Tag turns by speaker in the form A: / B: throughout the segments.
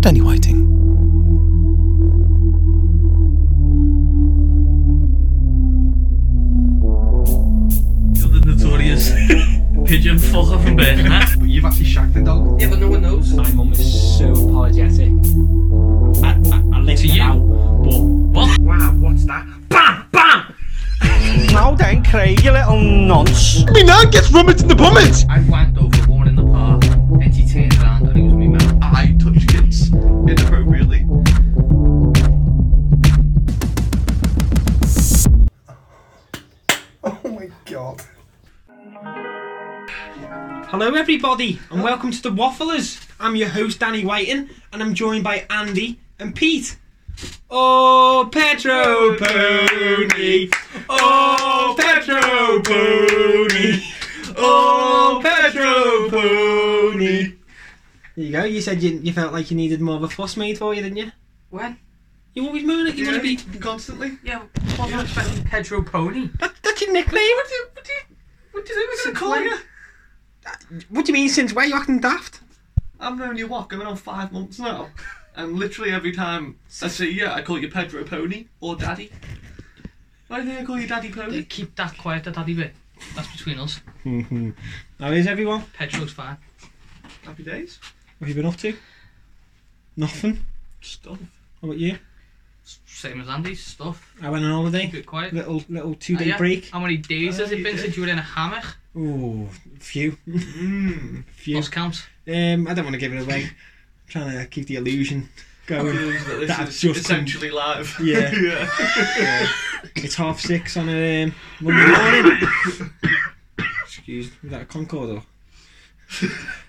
A: Danny Whiting.
B: You're the notorious pigeon fucker from Birkenhead.
C: But you've actually shagged the dog.
D: Yeah, but no one knows.
E: My mum is so apologetic. I, I, I let
B: To
E: her
B: you?
E: out, but
B: What?
C: Wow, what's that?
B: Bam! Bam!
F: Now then, Craig, you little nonce.
G: Me nan gets rummage in the bummage!
D: I went over a woman in the park and she turned around and it was me man.
C: I touch kids inappropriately. Oh my god.
E: hello everybody, and welcome to the Wafflers. I'm your host Danny Whiting, and I'm joined by Andy and Pete. Oh, Pedro Pony. Oh, Pedro Pony. Oh, Pedro Pony. There you go. You said you, you felt like you needed more of a fuss made for you, didn't you?
D: When?
E: You always moan like you want to be.
C: constantly.
D: Yeah, wasn't expecting Pedro Pony.
E: That, that's your nickname.
D: What do you, what do you, what do you think we're gonna call
C: Like,
D: you?
E: What do you mean since when? You acting daft?
C: I've known you what going on five months now, and literally every time I see you, I call you Pedro Pony or Daddy. Why do I call you Daddy Pony?
D: Keep that quiet, that daddy bit. That's between us.
E: How is everyone?
D: Pedro's fine.
C: Happy days.
E: What have you been up to? Nothing.
C: Stuff.
E: How about you?
D: Same as Andy's stuff.
E: I went on holiday.
D: Keep it quiet.
E: Little little two
D: Ah,
E: day
D: yeah?
E: break.
D: How many days
B: Uh,
D: has
C: Oh,
D: it
C: you
D: been
C: did.
D: since you were in a hammock?
E: Oh, few,
C: Mmm.
E: few.
D: Lost count.
E: Um, I don't want to give it away. I'm trying to keep the illusion going. Oh, That's
C: That's
E: just
C: just essentially live.
E: Yeah.
C: yeah.
E: Uh, it's half six on a um, Monday morning. Excuse. Was that a Concord or?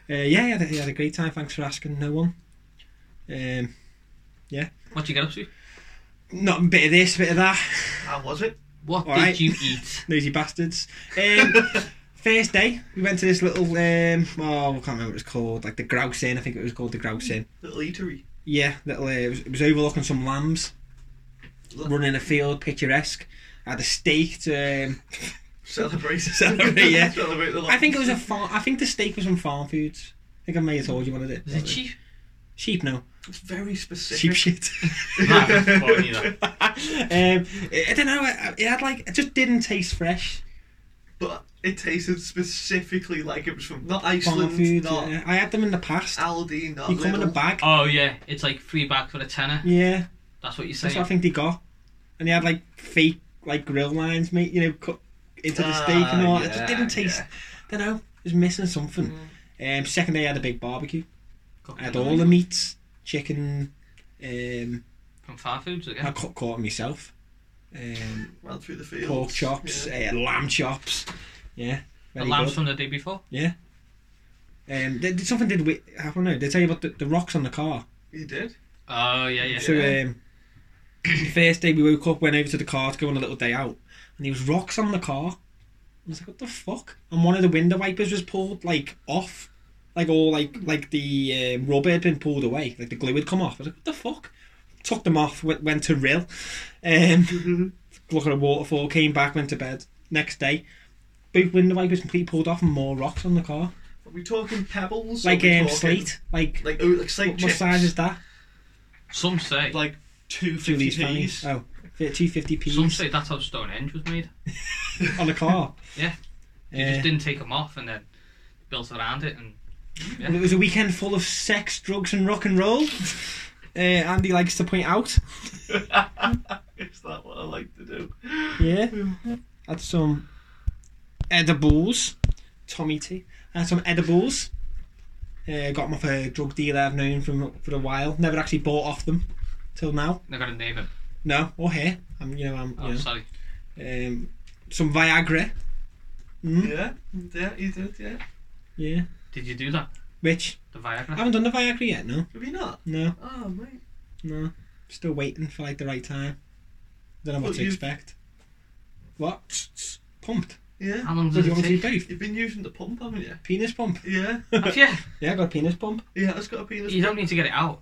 E: Uh, yeah, I had, a- I had a great time. Thanks for asking. No one. Um,
D: What you get up to?
E: not a bit of this, bit of that.
C: How was it?
D: What
E: All
D: did
E: right.
D: you eat?
E: Lazy bastards. Um, first day, we went to this little, um, oh, I can't remember what it's called, like the Grouse Inn, I think it was called the Grouse Inn.
C: Little eatery.
E: Yeah, little, uh, it, was, it was overlooking some lambs, running a field, picturesque. I had a steak to, um,
C: Celebrate.
E: Celebrate, yeah.
C: Celebrate the
E: I think it was a farm, I think the steak was from Farm Foods. I think I may have told you what it is.
D: Is it cheap?
E: Sheep, no.
C: It's very specific.
E: Sheep shit. um, I I don't know, I- I- it had like, it just didn't taste fresh.
C: But it tasted specifically like it was from not
E: Farm
C: Iceland,
E: Foods.
C: not Ah,
E: yeah. I had them in the past.
C: Aldi, not
E: You come in a
C: Lidl.
E: bag.
D: Oh yeah, it's like three bags for a tenner.
E: Yeah.
D: That's what you're
E: That's what I
D: saying.
E: think they got. And they had like fake like grill lines, mate. You know, cut into the steak and all.
C: Ah,
E: it just
C: yeah,
E: didn't taste. don't know. It was missing something. Um, second day, I had a big barbecue. I had all the meats, chicken. Um,
D: From Far Foods
E: I
D: again.
E: cut caught myself. Um,
C: Ran through the field.
E: pork chops, uh, lamb chops. Yeah,
D: The
E: very
D: lambs
E: good.
D: from the day before.
E: Um, they, they- something did wi- I don't know. They tell you about the, the rocks on the car.
C: You did?
D: Oh yeah, yeah.
E: So um, first day we woke up, went over to the car to go on a little day out, and there was rocks on the car. I was like, what the fuck? And one of the window wipers was pulled like off, like all like like the um, rubber had been pulled away, like the glue had come off. I was like, what the fuck? Took them off, went, went to Rill,
C: Mm-hmm.
E: um, look at a waterfall, came back, went to bed. Next day, big window wipers completely pulled off, and more rocks on the car,
C: Are we talking pebbles? Are
E: like
C: we
E: um,
C: talking-
E: slate, like.
C: Like, oh, like slate
E: What, what
C: chips.
E: size is that?
D: Some say.
C: Like
E: Two of
C: 250
E: these
C: pennies.
E: fannies. Oh, 250
D: Some
E: p's
D: say that's how Stonehenge was made.
E: on the car.
D: Yeah. They
E: Uh,
C: Eh.
D: just didn't take them off and then built around it and
E: Well, it was a weekend full of sex, drugs, and rock and roll. Uh, Andy likes to point out.
C: is that what I like to do?
E: Yeah. Had some edibles. Tommy T. I had some edibles. Uh, got them off a drug dealer I've known from for a while. Never actually bought off them till now.
D: they're gonna name it.
E: No, or here. I'm, you know, I'm,
D: Oh
E: you
D: sorry.
E: know. Um, some Viagra. Mm,
C: Yeah, yeah, you did, yeah.
E: yeah.
D: Did you do that?
E: Which
D: The
E: I
D: Viagra?
E: haven't done the Viagra yet. No,
C: Have you not?
E: no,
C: Oh, mate.
E: no. Still waiting for like the right time. Don't know what
C: But
E: to
C: you-
E: expect. What? Pumped.
C: Yeah.
D: How long
E: What
D: does
E: do you
D: it
E: want to do
D: take?
E: both?
C: You've been using the pump, haven't you?
E: Penis pump.
C: Yeah.
D: Have you?
E: Yeah, I got a penis pump.
C: Yeah, it's got a penis.
D: You don't need to get it out.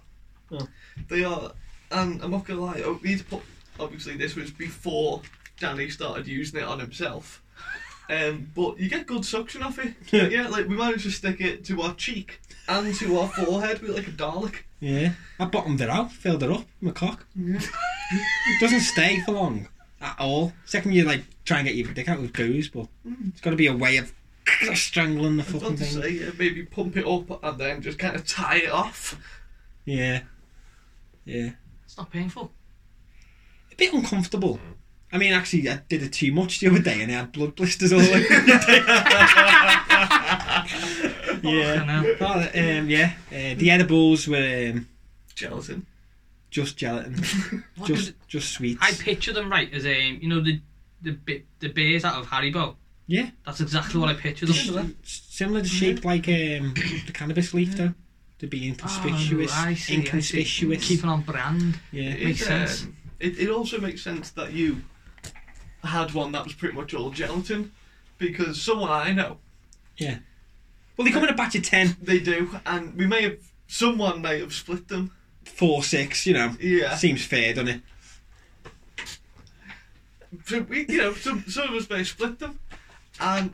C: They are, and I'm not gonna lie. oh, I need to put. Obviously, this was before Danny started using it on himself. Um, but you get good suction off it. yeah, like we managed to stick it to our cheek and to our forehead with like a Dalek.
E: Yeah. I bottomed it out, filled it up, my cock. it doesn't stay for long at all. Second you like try and get your dick out with booze, but
C: Mm.
E: it's gotta be a way of strangling the
C: I've got
E: fucking
C: to
E: thing.
C: say, yeah, maybe pump it up and then just kind of tie it off.
E: Yeah. Yeah.
D: It's not painful.
E: A bit uncomfortable.
D: Mm.
E: I mean, actually, I did it too much the other day and I had blood blisters all over my dick.
D: Fucking
E: yeah.
D: hell.
E: Oh, um, yeah. Uh, the edibles were um,
C: Gelatin.
E: just gelatin,
D: What does
E: just
D: it-
E: just sweets.
D: I picture them right as um, you know the the bi- the bears out of Haribo.
E: Yeah.
D: That's exactly what I picture
E: Just
D: them.
E: similar to shape like um, the cannabis leaf, though. To be inconspicuous,
D: Oh, I see, I see.
E: inconspicuous.
D: Keeping on brand.
E: Yeah,
D: Makes sense.
C: um, it, it also makes sense that you had one that was pretty much all gelatin because someone I know,
E: yeah. Well, they come in a batch of 10,
C: they do, and we may have, someone may have split them.
E: 4, 6, you know.
C: Yeah.
E: Seems fair, doesn't it?
C: So we, you know, some, some of us may have split them, and,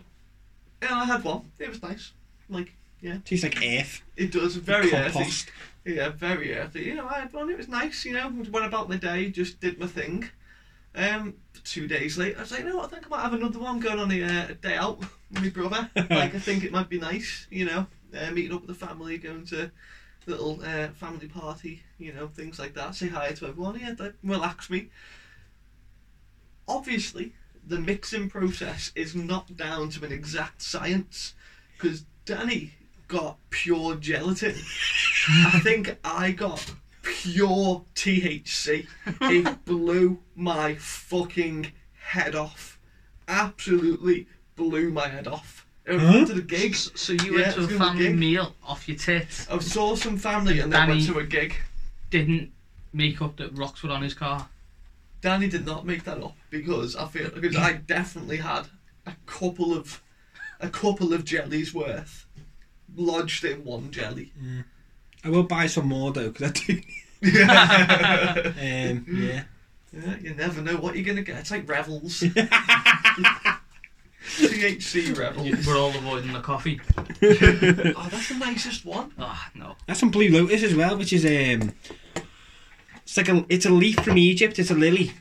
C: and I had one. It was nice. Like, yeah,
E: Tastes like earth.
C: it does. Very earthy.
E: compost.
C: Yeah, very earthy. You know, I had one. It was nice. You know, went about my day, just did my thing. Um, two days later, I was like, you know what? I think I might have another one going on a, uh, a day out with my brother. like, I think it might be nice. You know, uh, meeting up with the family, going to little uh, family party. You know, things like that. Say hi to everyone. Yeah, that relax me. Obviously, the mixing process is not down to an exact science because Danny got pure gelatin. I think I got pure THC. It blew my fucking head off. Absolutely blew my head off. I went to the gig.
D: S- So you
C: Yeah,
D: went to a
C: it's gonna be
D: family
C: gig.
D: meal off your tits.
C: I saw some family and then went
D: Danny-
C: to a gig.
D: Didn't make up that rocks were on his car.
C: Danny did not make that up because I feel because I definitely had a couple of a couple of jellies worth lodged in one jelly.
E: I will buy some more, though, because I do. um, yeah.
C: Yeah, you never know what you're gonna get. It's like revels. THC revels.
D: We're all avoiding the coffee.
C: Oh, that's the nicest one.
D: Ah, no.
E: That's some blue lotus as well, which is um, it's like a it's a leaf from Egypt. It's a lily,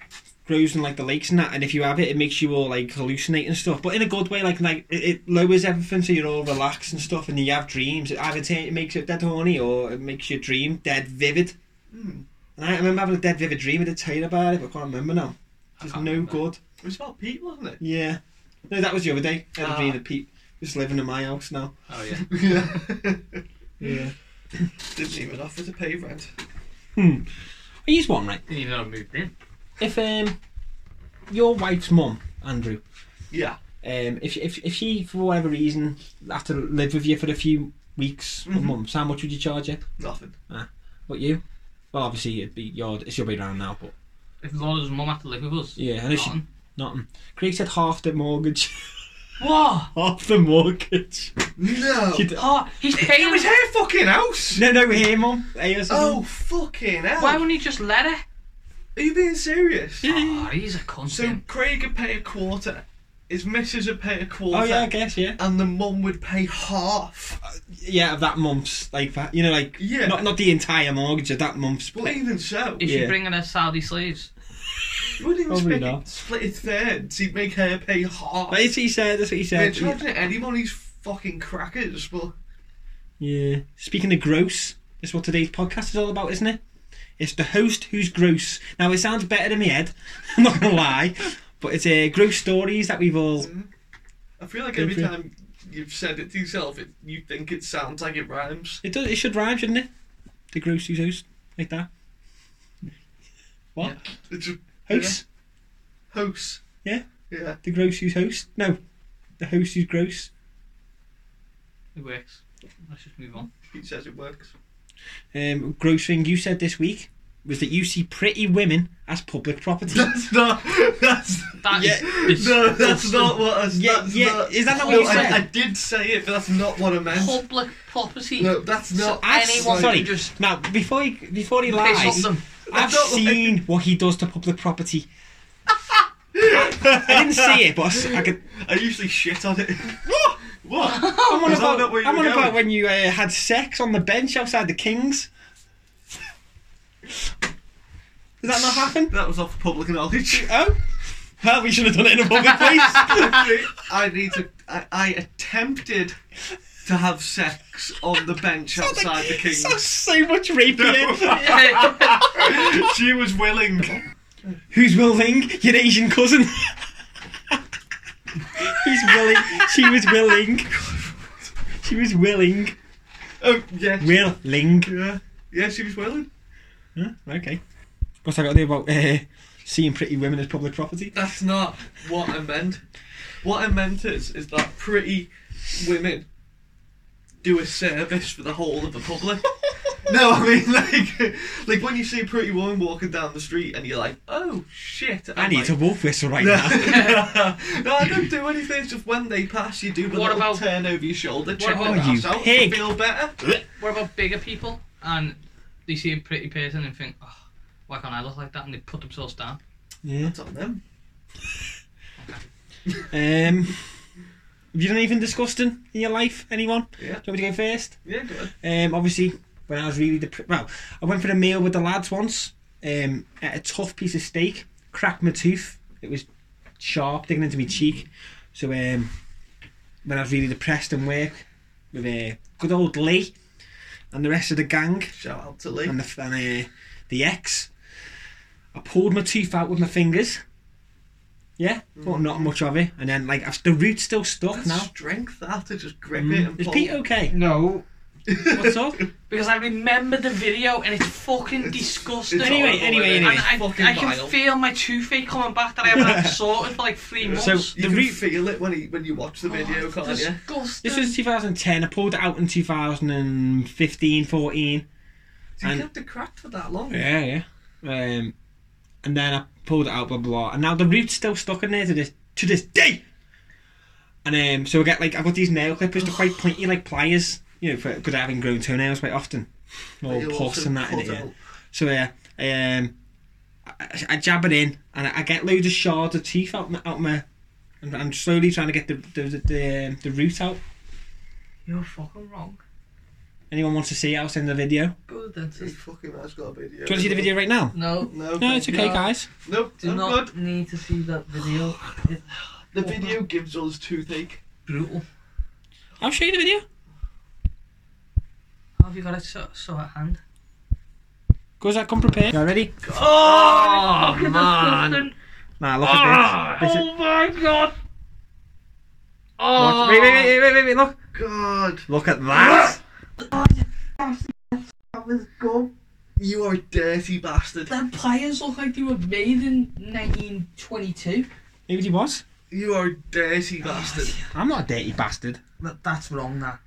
E: grows in like the lakes and that. And if you have it, it makes you all like hallucinate and stuff, but in a good way. Like like it, it lowers everything, so you're all relaxed and stuff, and you have dreams. It either ta- it makes it dead horny or it makes your dream dead vivid.
C: Mm.
E: And I remember having a dead vivid dream. I did tell you about it, but I can't remember now. It's no
D: can't remember.
E: good.
C: It was about Pete, wasn't it?
E: Yeah, no, that was the other day. I had a
C: Ah.
E: dream of Pete just living in my house now.
D: Oh yeah.
C: Yeah.
E: Yeah,
C: Didn't even offer to pay rent.
E: I used one right.
D: Didn't even know I moved in.
E: If um, your wife's mum, Andrew.
C: Yeah.
E: um, if if if she for whatever reason had to live with you for a few weeks or
C: Mhm.
E: months, how much would you charge her?
C: Nothing.
E: What you? Well, obviously it'd be your she'll be around now, but
D: If Laura's mum had to live with us.
E: yeah, and if she
D: Nothing.
E: nothing. Craig said half the mortgage,
D: What?
E: half the mortgage.
C: No.
E: She'd-
D: Oh, he's
C: It
D: paying.
C: was her fucking house.
E: no, no, here, mum. Hey, or something.
C: Oh fucking hell!
D: Why wouldn't he just let her?
C: Are you being serious?
D: Oh, he's a cunt.
C: So
D: then.
C: Craig would pay a quarter. His missus would pay a quarter.
E: oh yeah, I guess yeah,
C: And the mum would pay half.
E: yeah. Of that month's like that, you know, like
C: Yeah.
E: not not the entire mortgage of that month's.
C: But
E: pay.
C: even so,
D: Is
E: Yeah.
D: she bringing her Saudi slaves?
C: you wouldn't even
E: Probably
C: split it,
E: not.
C: split it thirds. He'd make her pay half.
E: But it's what he said. That's what he
C: They're
E: said.
C: charging anybody's fucking crackers, but
E: Yeah. Speaking of gross, that's what today's podcast is all about, isn't it? It's the host who's gross. Now it sounds better in my head. I'm not gonna lie, but it's uh, gross stories that we've all.
C: I feel like every
E: Different.
C: time you've said it to yourself, it, you think it sounds like it rhymes.
E: It does. It should rhyme, shouldn't it? The gross who's host like that. What
C: It's a
E: host?
C: house.
E: Yeah.
C: Yeah.
E: The gross who's host? No, the host who's gross.
D: It works. Let's just move on.
C: Pete says it works.
E: Um, gross thing you said this week was that you see pretty women as public property.
C: That's not. That's
D: That is
E: Yeah.
C: no.
D: disgusting.
C: That's not what. I,
E: Yeah,
C: that's
E: yeah,
C: Not,
E: is that not
C: no,
E: what you
C: I,
E: said?
C: I did say it, but that's not what I meant.
D: public property.
C: No, that's
D: So
C: not.
E: I-
D: anyone
E: sorry.
D: can just
E: now before he before he
D: piss on
E: lies,
D: them.
E: I've
C: don't like-
E: seen what he does to public property. I didn't see it, but I s- I could.
C: I usually shit on it. what? What?
E: I'm on
C: Is that
E: about,
C: not where you
E: I'm
C: were
E: on
C: going?
E: about when you uh, had sex on the bench outside the Kings. Did that not happen?
C: That was off public knowledge.
E: Oh? Well, we should have done it in a public place.
C: I need to. I, I attempted to have sex on the bench outside the
E: so,
C: Kings.
E: so much rape here.
C: she was willing.
E: Who's willing? Your Asian cousin. Who's willing? She was willing. She was willing.
C: Oh, yes.
E: Willing.
C: Yeah. Yeah, she was willing.
E: Huh? Okay. What's I got to do about uh, seeing pretty women as public property?
C: That's not what I meant. What I meant is, is that pretty women do a service for the whole of the public. no, I mean like, like when you see a pretty woman walking down the street and you're like, oh shit,
E: I need a
C: like,
E: wolf whistle right
C: no,
E: now.
C: no, I don't do anything. It's just when they pass, you do. But
D: What
C: what about
D: about-
C: turn over your shoulder? Check
D: about
C: their
E: you
C: ass out.
E: pig?
C: Feel better.
D: What about bigger people? And they see a pretty person and think, oh, why can't I look like that? And they put themselves down.
E: Yeah.
C: That's on them.
E: Um, have you done anything disgusting in your life? Anyone?
C: Yeah.
E: Do you want me to go first?
C: Yeah, go ahead.
E: Um, obviously, when I was really dep- well, I went for a meal with the lads once. Um, at a tough piece of steak, cracked my tooth. It was sharp, digging into my cheek. So um, when I was really depressed and work with uh, good old Lee and the rest of the gang
C: Shout out to Lee.
E: and the and, uh, the ex, I pulled my tooth out with my fingers. Yeah, but not much of it. And then like I've- the root's still stuck
C: Mm. That's
E: now.
C: strength that to just grip it and
E: Mm. Is
C: pull.
E: Pete okay?
D: No.
E: What's up?
D: Because I remember the video and it's fucking disgusting.
C: it's
E: Anyway,
C: horrible,
E: anyway,
C: isn't it?
E: anyway.
D: And I,
C: Fucking
D: I can
C: vile.
D: feel my toothache coming back that I haven't had sorted for like three months.
E: So
C: You
E: the Oh,
C: can
E: root.
C: feel it when he, when you watch the video, can't you?
D: disgusting.
E: This was 2010. I pulled it out in 2015, 14.
C: So you
E: And-
C: kept it cracked for that long.
E: Yeah, yeah. Um, and then I pulled it out, blah blah. And now the root's still stuck in there to this to this day. And um, so I get like I've got these nail clippers, they're quite pointy, like pliers. You know, because I haven't grown toenails quite often, all
C: You'll
E: puffs
C: also
E: and that in it.
C: cut
E: yeah.
C: out.
E: So yeah, um, I, I jab it in, and I get loads of shards of teeth out my out my. and I'm slowly trying to get the the the, the, um, the root out.
D: You're fucking wrong.
E: Anyone wants to see it? I'll send the video.
D: Go to the
C: He
D: dentist.
C: fucking has got a video.
E: Do you want to see the video right now?
D: No.
C: No,
E: No, it's okay,
D: No.
E: guys.
C: Nope,
D: Do
C: I'm
D: not
C: good.
D: need to see that video. It's
C: The video gives us toothache.
D: brutal.
E: I'll show you the video.
D: How have you got it so, so at hand?
E: Goes that come prepared? You ready?
D: Oh, man.
E: Nah, look at this. this is,
D: Oh my god. Ah. Oh.
E: look, wait, wait, wait, wait, wait, wait, look.
C: God,
E: Look at that.
D: Ah.
C: you are a dirty bastard.
D: Them players look like they were made in 1922.
E: Maybe he was.
C: You are a dirty
E: Oh,
C: bastard.
E: I'm not a dirty bastard.
D: That, that's wrong, that.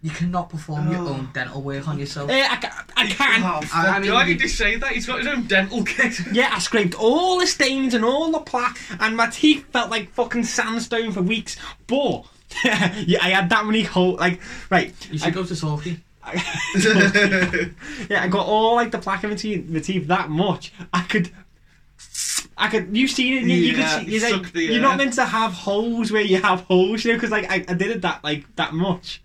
D: You cannot perform your
C: Oh.
D: own dental work on yourself.
E: Eh, I, ca- I can.
C: Oh, fuck.
D: I mean,
C: Why
D: you-
C: did he say that? He's got his own dental kit.
E: Yeah, I scraped all the stains and all the plaque, and my teeth felt like fucking sandstone for weeks. But yeah, I had that many hole. Like, right,
D: You should go to Torquay.
E: yeah, I got all like the plaque in my teeth, my teeth that much. I could. I could, you've seen it, you, you
C: Yeah,
E: could see, you're,
C: suck
E: like,
C: the
E: you're not
D: uh,
C: air.
E: meant to have holes where you have holes, you know, because like I, I did it that like that much.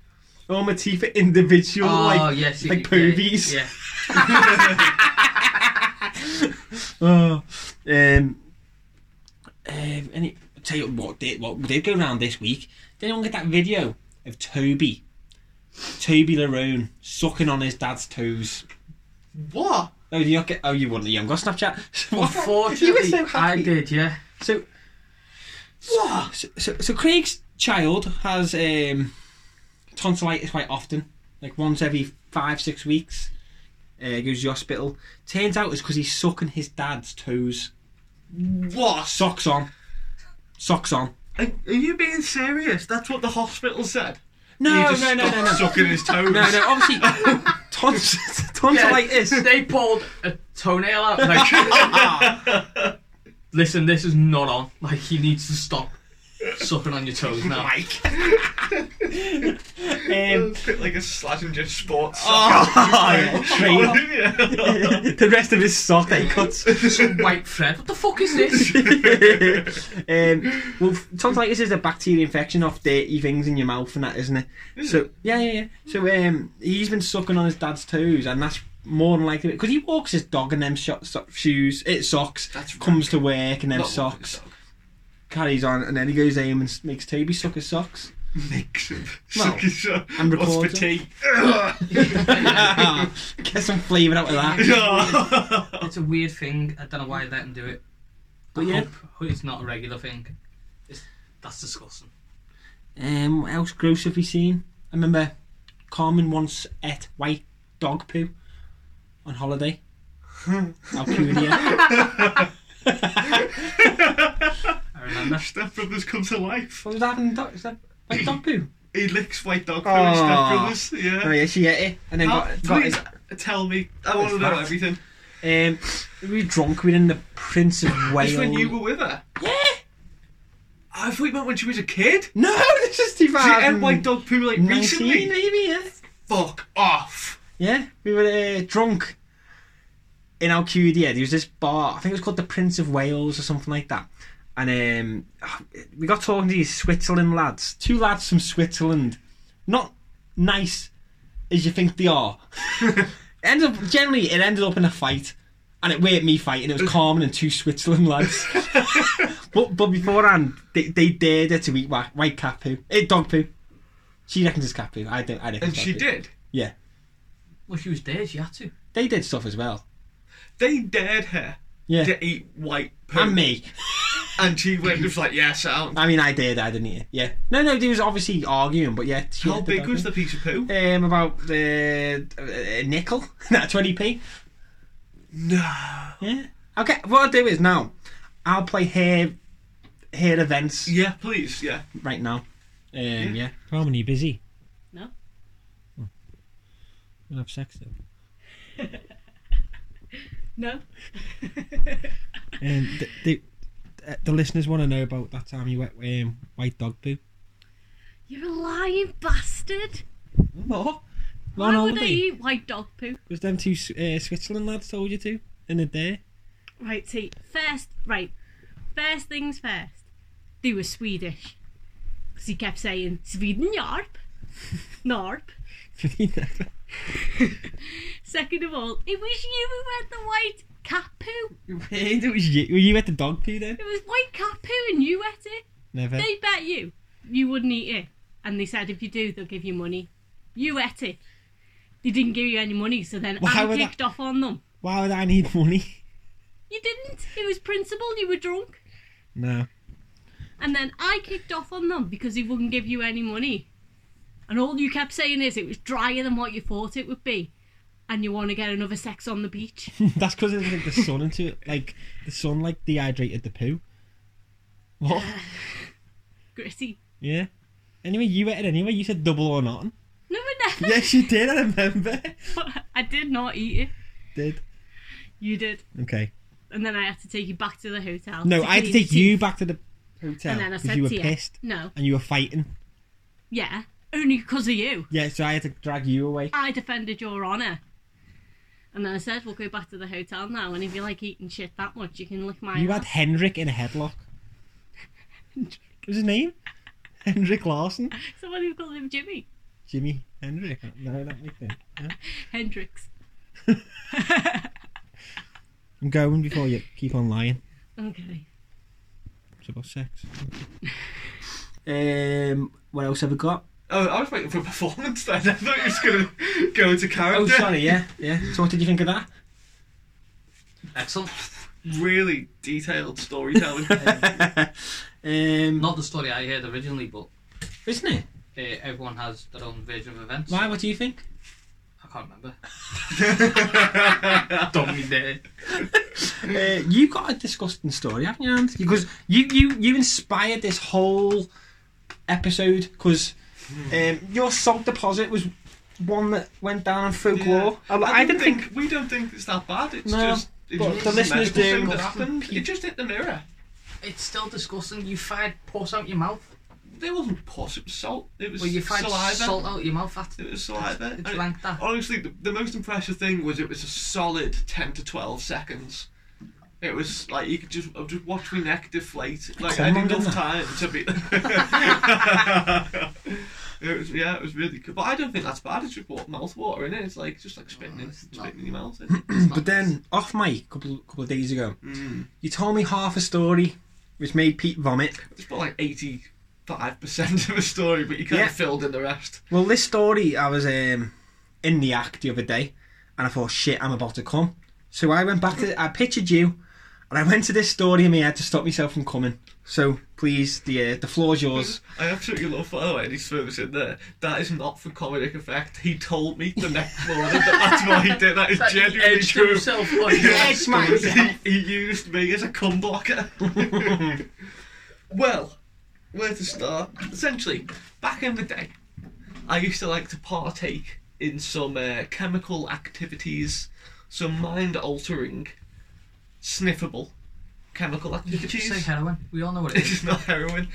E: All my teeth are individual,
D: Oh,
E: like
D: yes. you-
E: like
D: yeah,
E: poovies.
D: Yeah.
E: Oh, um, um, any tell you what did what did go round this week? Did anyone get that video of Toby, Toby Larone sucking on his dad's toes?
C: What?
E: Oh, you not get? Oh, you wouldn't. You haven't got Snapchat. What?
D: Unfortunately,
E: you were so
D: I
E: happy.
D: did, yeah.
E: So, what? So, so, so Craig's child has um, tonsillitis quite often, like once every five six weeks. Uh, goes to the hospital. Turns out it's because he's sucking his dad's toes.
C: What?
E: Socks on. Socks on.
C: Are, are you being serious? That's what the hospital said.
E: No,
C: he
E: no,
C: just
E: no, no,
C: stopped
E: no, no.
C: sucking his toes.
E: No, no, obviously, tons, tonsillitis.
D: They pulled a toenail out. Like, listen, this is not on. Like, he needs to stop. sucking on your toes now.
E: Um,
C: Put like a Slazenger sports
E: oh,
C: sock.
E: yeah, tree.
C: yeah.
E: the rest of his sock that he cuts.
D: Some white thread. What the fuck is this?
E: um, well, tonsillitis is a bacterial infection of dirty things in your mouth and that, isn't it? so yeah, yeah, yeah. So um, he's been sucking on his dad's toes, and that's more than likely because he walks his dog in them sho- so- shoes, it socks,
C: That's
E: comes to work in them
C: Not
E: socks,
C: walking
E: carries on, and then he goes home and s- makes Toby suck his socks.
C: Mix of
E: Well,
C: sucky so-
E: and
C: What's
E: recorder.
C: for tea?
E: Get some flavour out of that.
C: No.
D: It's a weird thing. I don't know why I let him do it.
E: But
D: I
E: yeah.
D: hope it's not a regular thing. It's, that's disgusting.
E: Um, what else gross have we seen? I remember Carmen once ate white dog poo on holiday. Alcudia.
D: I remember.
C: Step Brothers come to life.
E: what was that? In dog, is that white dog poo?
C: He licks white dog food.
E: Aw.
C: Step Brothers.
E: Oh
C: Yeah.
E: yeah, she ate it and then
C: How-
E: got, got
C: please
E: it.
C: tell me. I want to know
E: fact.
C: everything.
E: Um, we were drunk. We were in the Prince of Wales.
C: Just when you were with her.
E: Yeah.
C: I thought you meant when she was a kid.
E: No, this is too
C: She
E: bad.
C: ate white dog poo like recently.
E: maybe. Yeah.
C: Fuck off.
E: Yeah, we were uh, drunk in Alcudia. There was this bar, I think it was called the Prince of Wales or something like that. And um, we got talking to these Switzerland lads, two lads from Switzerland, not nice as you think they are. ended up generally, it ended up in a fight, and it weren't me fighting. It was Carmen and two Switzerland lads. but but beforehand, they, they dared her to eat white, white cat poo, eh, dog poo. She reckons it's cat poo. I don't. I reckon
C: And
E: it's
C: she
E: dog poo.
C: did.
E: Yeah.
D: Well, she was dead. She had to.
E: They did stuff as well.
C: They dared her
E: Yeah.
C: to eat white poo.
E: and me.
C: And she went and was like, yeah, sound.
E: I mean, I did. I didn't eat it. Yeah. No, no. There was obviously arguing, but yeah. she
C: How
E: had
C: big
E: dog
C: was the
E: poo.
C: piece of poo?
E: Um, about the uh, a nickel, not twenty p.
C: No.
E: Yeah. Okay. What I'll do is now, I'll play hair, hair events
C: Yeah, please, yeah.
E: right now. Um, yeah.
A: Carmen, are you busy?
H: No.
A: Oh. We'll have sex though.
H: No.
A: Um, the, the, uh, the listeners want to know about that time you wet um, white dog poo.
H: You're a lying bastard.
A: What?
H: Why would I eat white dog poo?
A: Was them two S- uh, Switzerland lads told you to in the day?
H: Right, see, first, right, first things first. They were Swedish. Because he kept saying, Sweden Jarp. Narp. Second of all, it was you who had the white cat poo.
A: it was you. Were you at the dog poo then?
H: It was white cat poo and you ate it.
A: Never.
H: They bet you you wouldn't eat it. And they said, if you do, they'll give you money. You ate it. They didn't give you any money, so then
A: Why
H: I
A: would
H: kicked off on them.
A: Why would I need money?
H: You didn't. It was principled. You were drunk.
A: No.
H: And then I kicked off on them because they wouldn't give you any money. And all you kept saying is it was drier than what you thought it would be. And you want to get another sex on the beach.
A: That's because it was like the sun into it. Like the sun like dehydrated the poo. What?
H: Gritty.
A: Yeah. Anyway, you ate it anyway. You said double or nothing.
H: No, I never.
A: Yes, you did. I remember.
H: I did not eat it.
A: Did.
H: You did.
A: Okay.
H: And then I had to take you back to the hotel.
A: No, I had to
H: clean
A: take
H: your
A: you
H: teeth.
A: back to the hotel
H: And then I
A: because
H: said
A: you were
H: to you,
A: pissed
H: No.
A: and you were fighting.
H: Yeah. Only because of you.
A: Yeah, so I had to drag you away.
H: I defended your honour. And then I said, we'll go back to the hotel now. And if you like eating shit that much, you can lick my
A: You
H: ass.
A: had Hendrik in a headlock. what was his name? Hendrik Larson.
H: Somebody who called him Jimmy.
A: Jimmy Hendrik. No, not like that.
H: Hendrix.
A: I'm going before you keep on lying.
H: Okay.
A: It's about sex.
E: Um, what else have we got?
C: Oh, I was waiting for a performance then. I thought you was going to go to
E: Oh,
C: character.
E: sorry. Yeah, yeah. So, what did you think of that?
D: Excellent.
C: Really detailed storytelling.
E: um,
D: Not the story I heard originally, but
E: isn't it?
D: uh, everyone has their own version of events.
E: Why? What do you think?
D: I can't remember.
C: Don't be there.
E: Uh, you got a disgusting story, haven't you, Andy? Because you, you, you inspired this whole episode because um, your salt deposit was one that went down in folklore. I, I
C: I
E: didn't think,
C: we don't think it's that bad. It's
E: No,
C: just it's
E: but
C: just
E: the
C: a
E: listeners
C: medical
E: do.
C: thing that happened. It just hit the mirror.
D: it's still disgusting. You fired pus out your mouth.
C: There wasn't pus, it was salt. It was
D: Well, you fired
C: saliva.
D: salt out your mouth. That's
C: It was saliva.
D: It's
C: And it-
D: like that.
C: Honestly, the, the most impressive thing was it was a solid 10 to 12 seconds. It was like you could just I just watch my neck deflate. Like I had
E: on,
C: enough
E: didn't
C: time to be. it was yeah, it was really cool. But I don't think that's bad. It's just wa- mouth water in it. It's like just like spitting, in, spitting in your mouth. isn't it?
E: But then, off mic, a couple, couple of days ago, you told me half a story which made Pete vomit.
C: Just put like 85 percent of a story, but you kind
E: Yeah.
C: of filled in the rest.
E: Well, this story, I was um, in the act the other day, and I thought, shit, I'm about to come. So I went back to, I pictured you, and I went to this story in my head to stop myself from coming. So please, the uh, the floor's yours.
C: I absolutely love, by the way, and he throws in there. That is not for comedic effect. He told me the next morning that that's what he did. That is
D: That he
C: genuinely
D: edged
C: true.
D: himself on you.
E: Yeah, it's mine.
C: He, he used me as a cum blocker. well, where to start? Essentially, back in the day, I used to like to partake in some uh, chemical activities, some mind altering, sniffable chemical activities.
D: Say heroin. We all know what it
C: This
D: is.
C: is not heroin.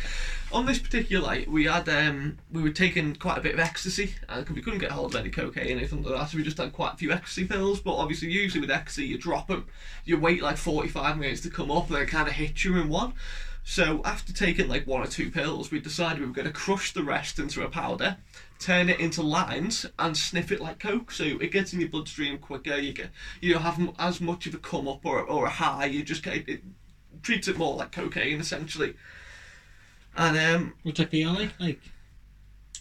C: On this particular night, we had um, we were taking quite a bit of ecstasy, and 'cause we couldn't get hold of any cocaine or anything like that, so we just had quite a few ecstasy pills. But obviously, usually with ecstasy, you drop them, you wait like forty-five minutes to come up, and they kind of hit you in one. So after taking like one or two pills, we decided we were going to crush the rest into a powder, turn it into lines, and sniff it like coke. So it gets in your bloodstream quicker. You get you don't have m- as much of a come up or or a high. You just get it treats it more like cocaine essentially. And um,
A: Which I feel like, like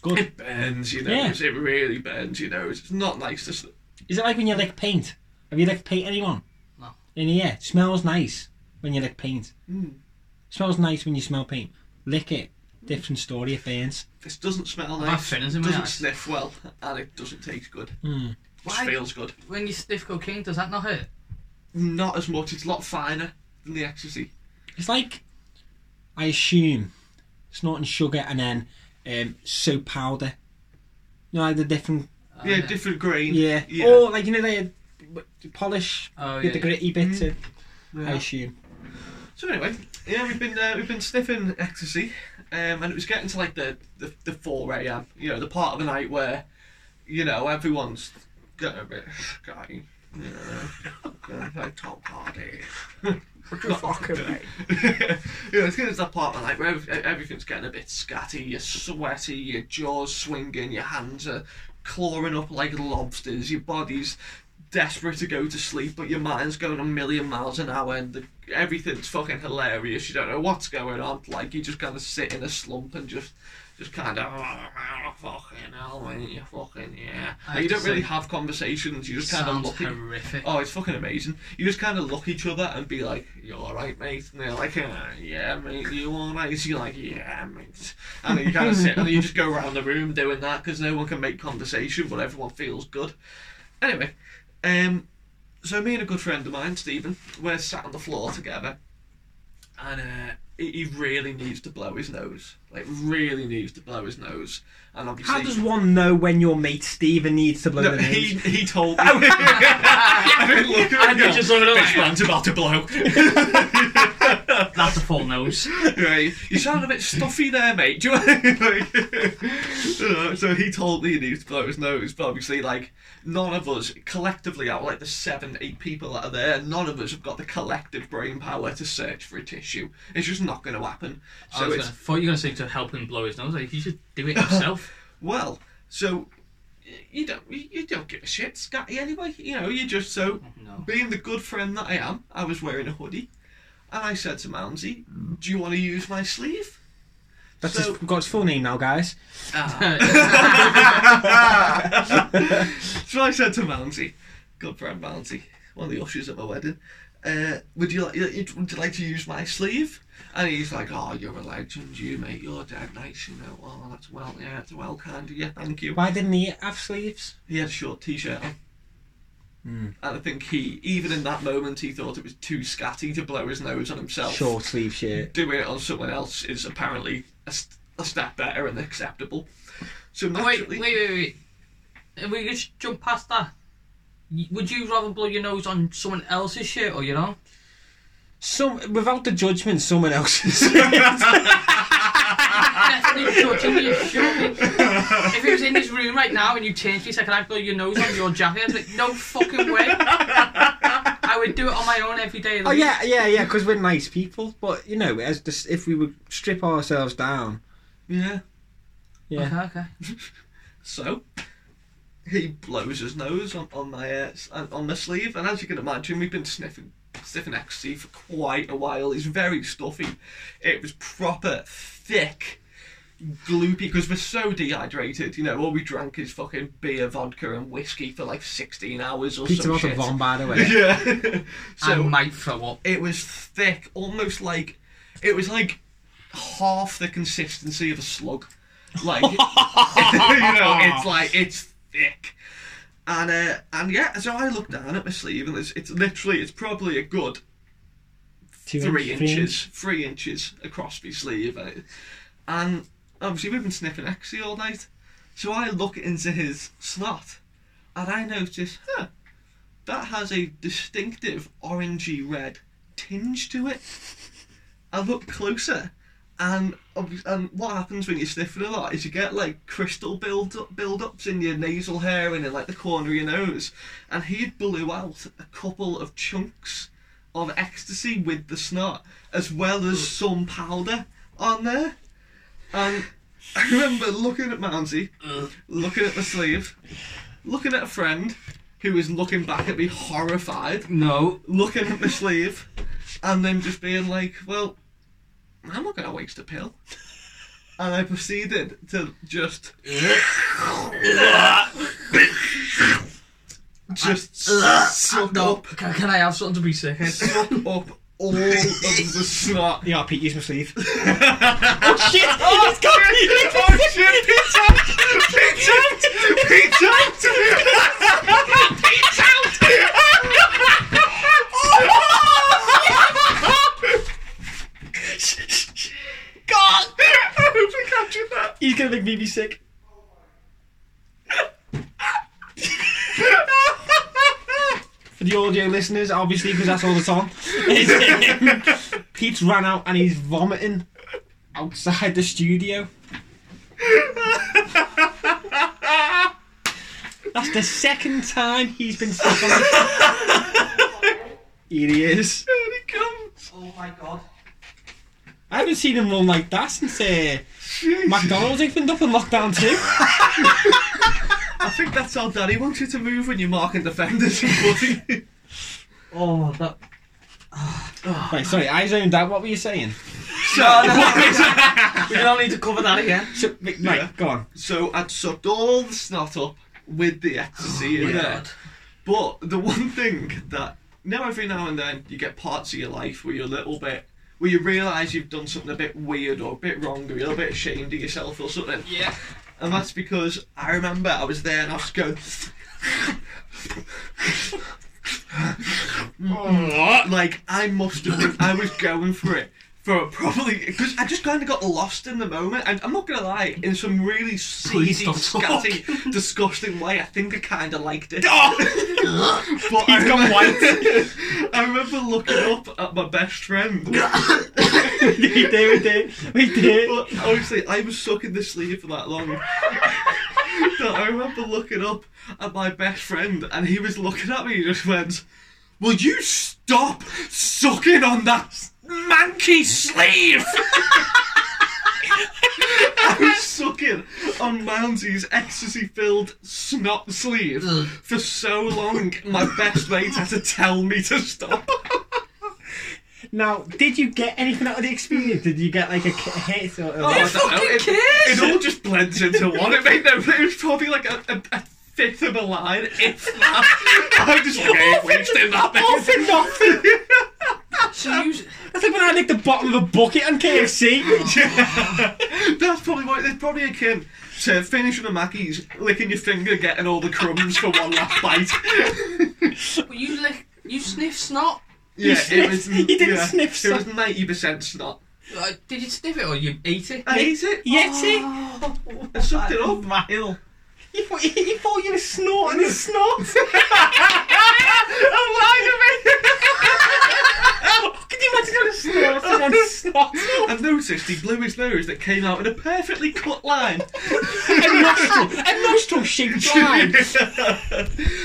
C: it burns your
A: Yeah.
C: nose. It really burns your nose. It's not nice to. sn-
A: is it like when you lick paint? Have you licked paint anyone?
D: No.
A: And yeah, it smells nice when you lick paint. Smells nice when you smell paint. Lick it. Different story of fans.
C: This doesn't smell
D: have
C: nice.
D: thinners in my
C: doesn't
D: eyes.
C: sniff well, and it doesn't taste good.
A: Hmm.
C: Just
D: Why-
C: feels good.
D: When you sniff cocaine, does that not hurt?
C: Not as much. It's a lot finer than the ecstasy.
A: It's like, I assume, snorting sugar and then um, soap powder. You know, like the different.
C: Oh, yeah, different grain.
A: Yeah. Oh.
C: yeah.
A: Or like you know they uh, polish
D: Oh,
A: with the
D: yeah.
A: gritty bits. of-
E: Mm-hmm.
A: I
C: Yeah.
A: assume.
C: So anyway, yeah, we've been uh, we've been sniffing ecstasy, um, and it was getting to like the the, the four a.m. You know, the part of the night where, you know, everyone's getting a bit sky. You know, going to a top party. What you fucking yeah, it's getting to that part of the night where ev- e-, everything's getting a bit scatty. You're sweaty, your jaws swinging, your hands are clawing up like lobsters. Your body's desperate to go to sleep, but your mind's going a million miles an hour, and the, everything's fucking hilarious. You don't know what's going on. Like you just kind of sit in a slump and just, just kind of oh, fucking hell, man, you fucking yeah.
D: I
C: Like, you
D: have
C: don't
D: to
C: really
D: say,
C: have conversations. You just kind of look.
D: Sounds
C: at-
D: horrific.
C: Oh, it's fucking amazing. You just kind of look each other and be like, "You all right, mate?" And they're like, "Uh, "Yeah, mate. You all right?" So you're like, "Yeah, mate." And then you kind of sit and you just go around the room doing that because no one can make conversation, but everyone feels good. Anyway, um, so me and a good friend of mine, Stephen, we're sat on the floor together, and uh, he he really needs to blow his nose. Like, really needs to blow his nose. And obviously,
E: How does one know when your mate Steven needs to blow
C: no,
E: the nose?
C: he, he told me. I didn't look at him.
D: just look at it like-
C: "Bitch, man's about to blow.
D: That's a full nose.
C: Right, you sound a bit stuffy there, mate. Do you like, Uh, so he told me he needs to blow his nose, but obviously, like none of us collectively out of, like the seven, eight people that are there, none of us have got the collective brain power to search for a tissue. It's just not going to happen.
D: I
C: So
D: was
C: it's
D: gonna, thought you were going to say to help him blow his nose. Like, he should do it himself.
C: well, so y- you don't you you don't give a shit, Scotty. Anyway, you know you just so
D: No.
C: being the good friend that I am, I was wearing a hoodie, and I said to Mounsey, "Do you want to use my sleeve?"
E: That's
C: so-
E: his, we've got his full name now, guys.
C: So I said to Mounty, good friend Mounty, one of the ushers at my wedding, uh, would you like you'd- would you like to use my sleeve? And he's like, oh, you're a legend, you mate, you're dead nice, you know. Oh, that's well, yeah, that's well kind of you, thank you.
E: Why didn't he have sleeves?
C: He had a short t-shirt on. And I think he, even in that moment, he thought it was too scatty to blow his nose on himself.
E: Short sleeve shirt.
C: Doing it on someone else is apparently a, st- a step better and acceptable. So
D: wait,
C: naturally,
D: wait, wait, wait. If we just jump past that, y- would you rather blow your nose on someone else's shirt or your own?
E: some without the judgment, someone else's.
D: Definitely judging you. surely. If he was in this room right now and you changed me, second, I'd blow your nose on your jacket. I'd be like, no fucking way. I would do it on my own every day. Of the
E: oh
D: week.
E: yeah, yeah, yeah. Because we're nice people, but you know, as this, if we would strip ourselves down,
C: Yeah.
E: yeah.
D: Okay, okay.
C: So he blows his nose on, on my uh, s- on on my sleeve, and as you can imagine, we've been sniffing sniffing ecstasy for quite a while. It's very stuffy. It was proper thick, gloopy because we're so dehydrated. You know, all we drank is fucking beer, vodka, and whiskey for like sixteen hours or
E: Peter
C: some
E: was a
C: shit.
E: von, by the way.
C: Yeah.
D: I
C: so
D: might throw up.
C: it was thick, almost like it was like half the consistency of a slug. Like you know, it's like it's thick. And uh, and yeah, so I look down at my sleeve and it's it's literally it's probably a good
E: Two
C: three
E: inch-
C: inches, three inches across my sleeve, and, it- and obviously we've been sniffing ecstasy all night. So I look into his slot, and I notice, huh, that has a distinctive orangey red tinge to it. I look closer, and obvi- and what happens when you're sniffing a lot is you get like crystal build up build ups in your nasal hair and in like the corner of your nose, and he blew out a couple of chunks of ecstasy with the snot, as well as some powder on there. And I remember looking at Mounsey, looking at the sleeve, looking at a friend who was looking back at me horrified,
D: No.
C: looking at my sleeve, and then just being like, well, I'm not going to waste a pill. And I proceeded to just. just suck up
D: Can, can I have something to be sick in?
C: suck up all of the snot.
E: Yeah, Pete, use my sleeve.
C: Oh shit, Pete's out! Pete's out! Pete's out! Pete's out! God! I hope we captured that.
E: He's gonna make me be sick. For the audio listeners, obviously, because that's all that's on. It's him. Pete's ran out and he's vomiting outside the studio. That's the second time he's been sick on this. Here he is.
C: Here he comes.
D: Oh my god.
E: I haven't seen him run like that since uh, McDonald's opened up in lockdown too.
C: I think that's how Daddy wants you to move when you're marking defenders and footy.
D: Oh, that.
E: Right, sorry, I zoned out. What were you saying?
D: We don't need to cover that again.
E: So, right,
C: Yeah.
E: go on.
C: So I'd sucked all the snot up with the ecstasy
D: Oh,
C: in there.
D: God.
C: But the one thing that now every now and then you get parts of your life where you're a little bit where you realise you've done something a bit weird or a bit wrong or you're a bit ashamed of yourself or something.
D: Yeah.
C: And that's because I remember I was there and I was going like I must have been, I was going for it for probably because I just kind of got lost in the moment and I'm not gonna lie in some really seedy
D: don't talk. Oh,
C: scatty disgusting way I think I kind of liked it but I
E: He's gone
C: remember-
E: white.
C: I remember looking up at my best friend
E: we did, we did, we did.
C: But honestly, I was sucking the sleeve for that long. that I remember looking up at my best friend, and he was looking at me. He just went, "Will you stop sucking on that manky sleeve?" I was sucking on Mounsey's ecstasy-filled snot sleeve for so long. My best mate had to tell me to stop.
E: Now, did you get anything out of the experience? Did you get like a k- hit or? or-
C: Oh, I don't know,
D: fucking
C: it,
D: kids!
C: it all just blends into one. It made no. It was probably like a, a, a fifth of a line, if that. I'm just like, hey, wasting that bit.
E: All for nothing.
D: So you.
E: That's like when I licked the bottom of a bucket on KFC.
C: That's probably what. It's probably akin to finishing a Mackey's, licking your finger, getting all the crumbs for one last bite.
D: Well, you lick. You sniff snot.
C: yeah,
E: sniffed- you didn't
C: yeah,
E: sniff
C: It
E: some.
C: was ninety percent snot.
D: Uh, did you sniff it or you ate it?
C: I ate it. Oh,
E: Yeti,
C: I sucked it up. Mile.
E: you, thought- you thought you were snorting a snot.
C: I'm lying to me.
E: Fuck. Could you imagine going to snort someone's snot?
C: I've noticed he blew his nose that came out in a perfectly cut line.
E: A nostril, a nostril shaped line.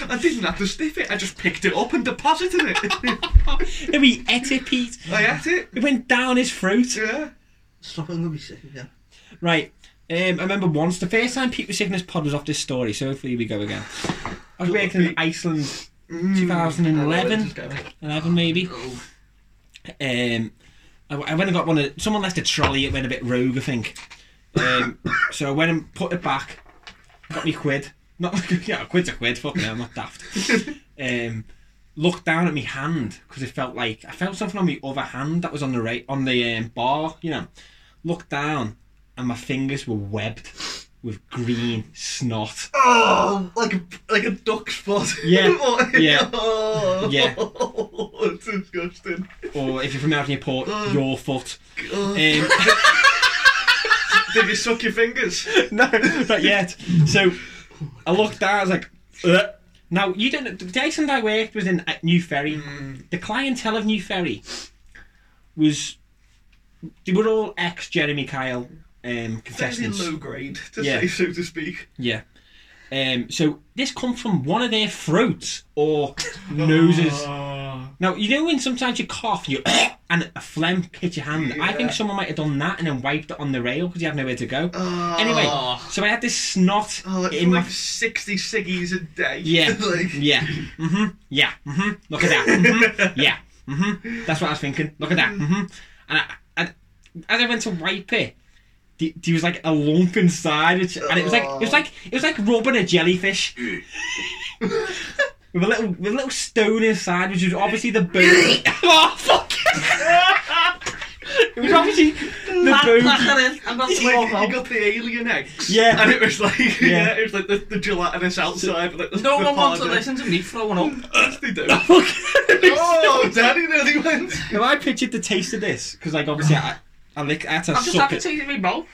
C: I didn't have to sniff it, I just picked it up and deposited it.
E: No, he ate it, Pete.
C: I ate it.
E: It went down his throat.
C: Yeah.
I: Stop, I'm gonna be sick again.
E: Right. Um, I remember once the first time Pete was sick in this pod was off this story, so hopefully we go again. I was working in Iceland, 2011, 11 maybe. Um, I, I went and got one of someone left a trolley. It went a bit rogue, I think. Um, so I went and put it back. Got me quid. Not yeah, a quid's a quid. Fuck me, I'm not daft. Um, looked down at me hand because it felt like I felt something on my other hand that was on the right on the um, bar. You know, looked down and my fingers were webbed with green snot.
C: Oh, like a, like a duck spot.
E: Yeah,
C: Oh,
E: yeah,
C: Oh,
E: yeah.
C: it's disgusting.
E: Or if you're from out Newport, your foot.
C: Oh.
E: Um,
C: Did you suck your fingers?
E: no, not yet. So I looked down. I was like, Ugh. now you don't. The Dyson I worked was in at New Ferry.
C: Mm.
E: The clientele of New Ferry was they were all ex Jeremy Kyle um,
C: Very
E: contestants.
C: low grade, to
E: Yeah.
C: say so to speak.
E: Yeah. Um, so this come from one of their throats or noses.
C: Oh.
E: Now you know when sometimes you cough, you and a phlegm hits your hand. I think someone might have done that and then wiped it on the rail because you have nowhere to go. Anyway, so I had this snot
C: Ah. Oh, it's
E: in my
C: like 60 ciggies a day.
E: yeah,
C: like,
E: yeah, mm-hmm, yeah, mm-hmm. Look at that, mm-hmm. yeah, mm-hmm. That's what I was thinking. Look at
D: Mm.
E: that, mm-hmm. And I, I, as I went to wipe it, th- there was like a lump inside, which, and it was like it was like it was like rubbing a jellyfish with a little with a little stone inside, which was obviously the bone. oh fuck! it was obviously the bone.
D: I'm not
C: Like,
D: small.
C: you got the alien eggs.
E: Yeah.
C: And it was like, yeah,
E: Yeah.
C: it was like the, the gelatinous outside. Like the,
D: No
C: the
D: one wants to
C: harder-
D: listen to me throwing up.
C: Yes, they do. oh, Daddy nearly went.
E: Now I pictured the taste of this because, like, obviously I, I, lick, I had to
D: I'm just
E: suck
D: happy
E: it.
D: to eat me bowl.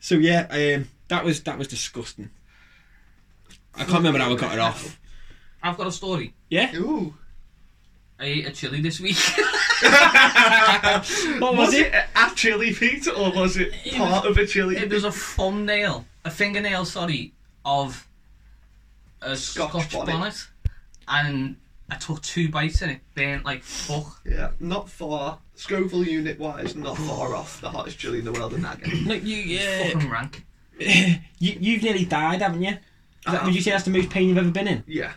E: So yeah, um, that was that was disgusting. I can't remember how I got it off.
D: I've got a story.
E: Yeah,
C: Ooh.
D: I ate a chili this week.
E: what
C: Was it a chili Pete or was it part of a chili?
D: it was a thumbnail, a fingernail, sorry, of a
C: Scotch
D: Scotch,
C: bonnet.
D: bonnet. and I took two bites and it burnt like fuck.
C: Yeah, not far. Scoville unit wise, not far off the hottest chili in the world in that game.
E: No, you yeah.
D: Fucking rank.
E: you you've nearly died, haven't you? Is that, would you say that's the most pain you've ever been in?
C: Yeah,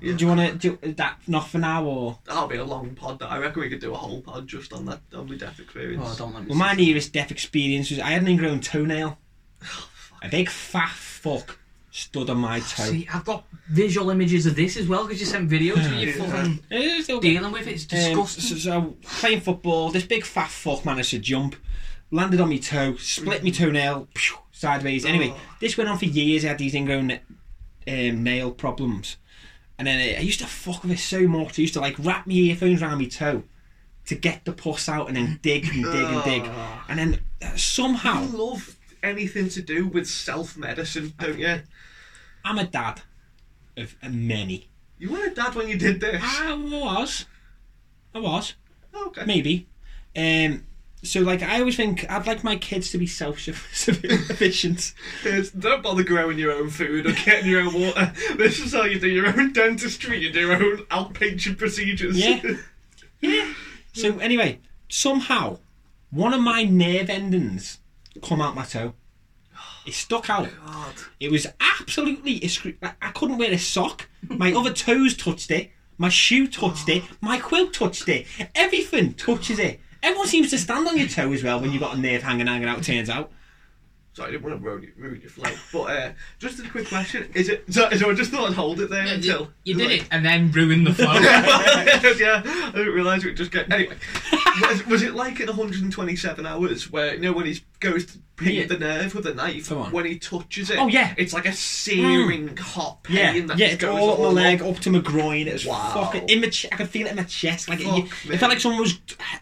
E: Do you want to do is that not for now or?
C: that'll be a long pod. That I reckon we could do a whole pod just on that on my death experience.
D: Oh, don't let me.
E: Well, my nearest death experience was I had an ingrown toenail.
C: Oh,
E: A big fat fuck stood on my toe.
D: See, I've got visual images of this as well because you sent videos and you're fucking
E: It was okay.
D: dealing with it. It's
E: Um, so,
D: disgusting.
E: so playing football, this big fat fuck managed to jump, landed on my toe, split my toenail phew, sideways. Anyway, this went on for years. I had these ingrown um, nail problems, and then uh, I, I used to fuck with it so much. I used to like wrap my earphones around my toe to get the pus out, and then dig and dig and dig, and then uh,
C: I
E: somehow
C: love anything to do with self medicine, don't you?
E: I'm a dad of many.
C: You were a dad when you did this.
E: I was, I was.
C: Okay.
E: Maybe. Um, so, like, I always think I'd like my kids to be self sufficient.
C: Yes, Don't bother growing your own food or getting your own water. This is how you do your own dentistry, you do your own outpatient procedures.
E: Yeah. so, anyway, somehow, one of my nerve endings come out my toe. It stuck out. It was absolutely. Excru- I- I couldn't wear a sock. My other toes touched it. My shoe touched it. My quilt touched it. Everything touches it. Everyone seems to stand on your toe as well when you've got a nerve hanging hanging out. Turns out.
C: Sorry, I didn't want to ruin your, ruin your flow. But uh, just a quick question: Is it? So, so I just thought I'd hold it there until
D: You, you did it and then ruined the flow.
C: yeah, I didn't realise it would just go. Anyway, was, was it like in 127 hours where you know when he goes to pin
E: Yeah.
C: the nerve with a knife
E: Come on.
C: when he touches it?
E: Oh, yeah. Mm.
C: it's like a searing hot pain
E: Yeah,
C: that
E: yeah,
C: just
E: it's
C: goes
E: all up my
C: all
E: leg,
C: up.
E: up to my groin. It was
C: Wow.
E: fucking in my che- I could feel it in my chest. Like
C: Fuck
E: it,
C: me.
E: it felt like someone was.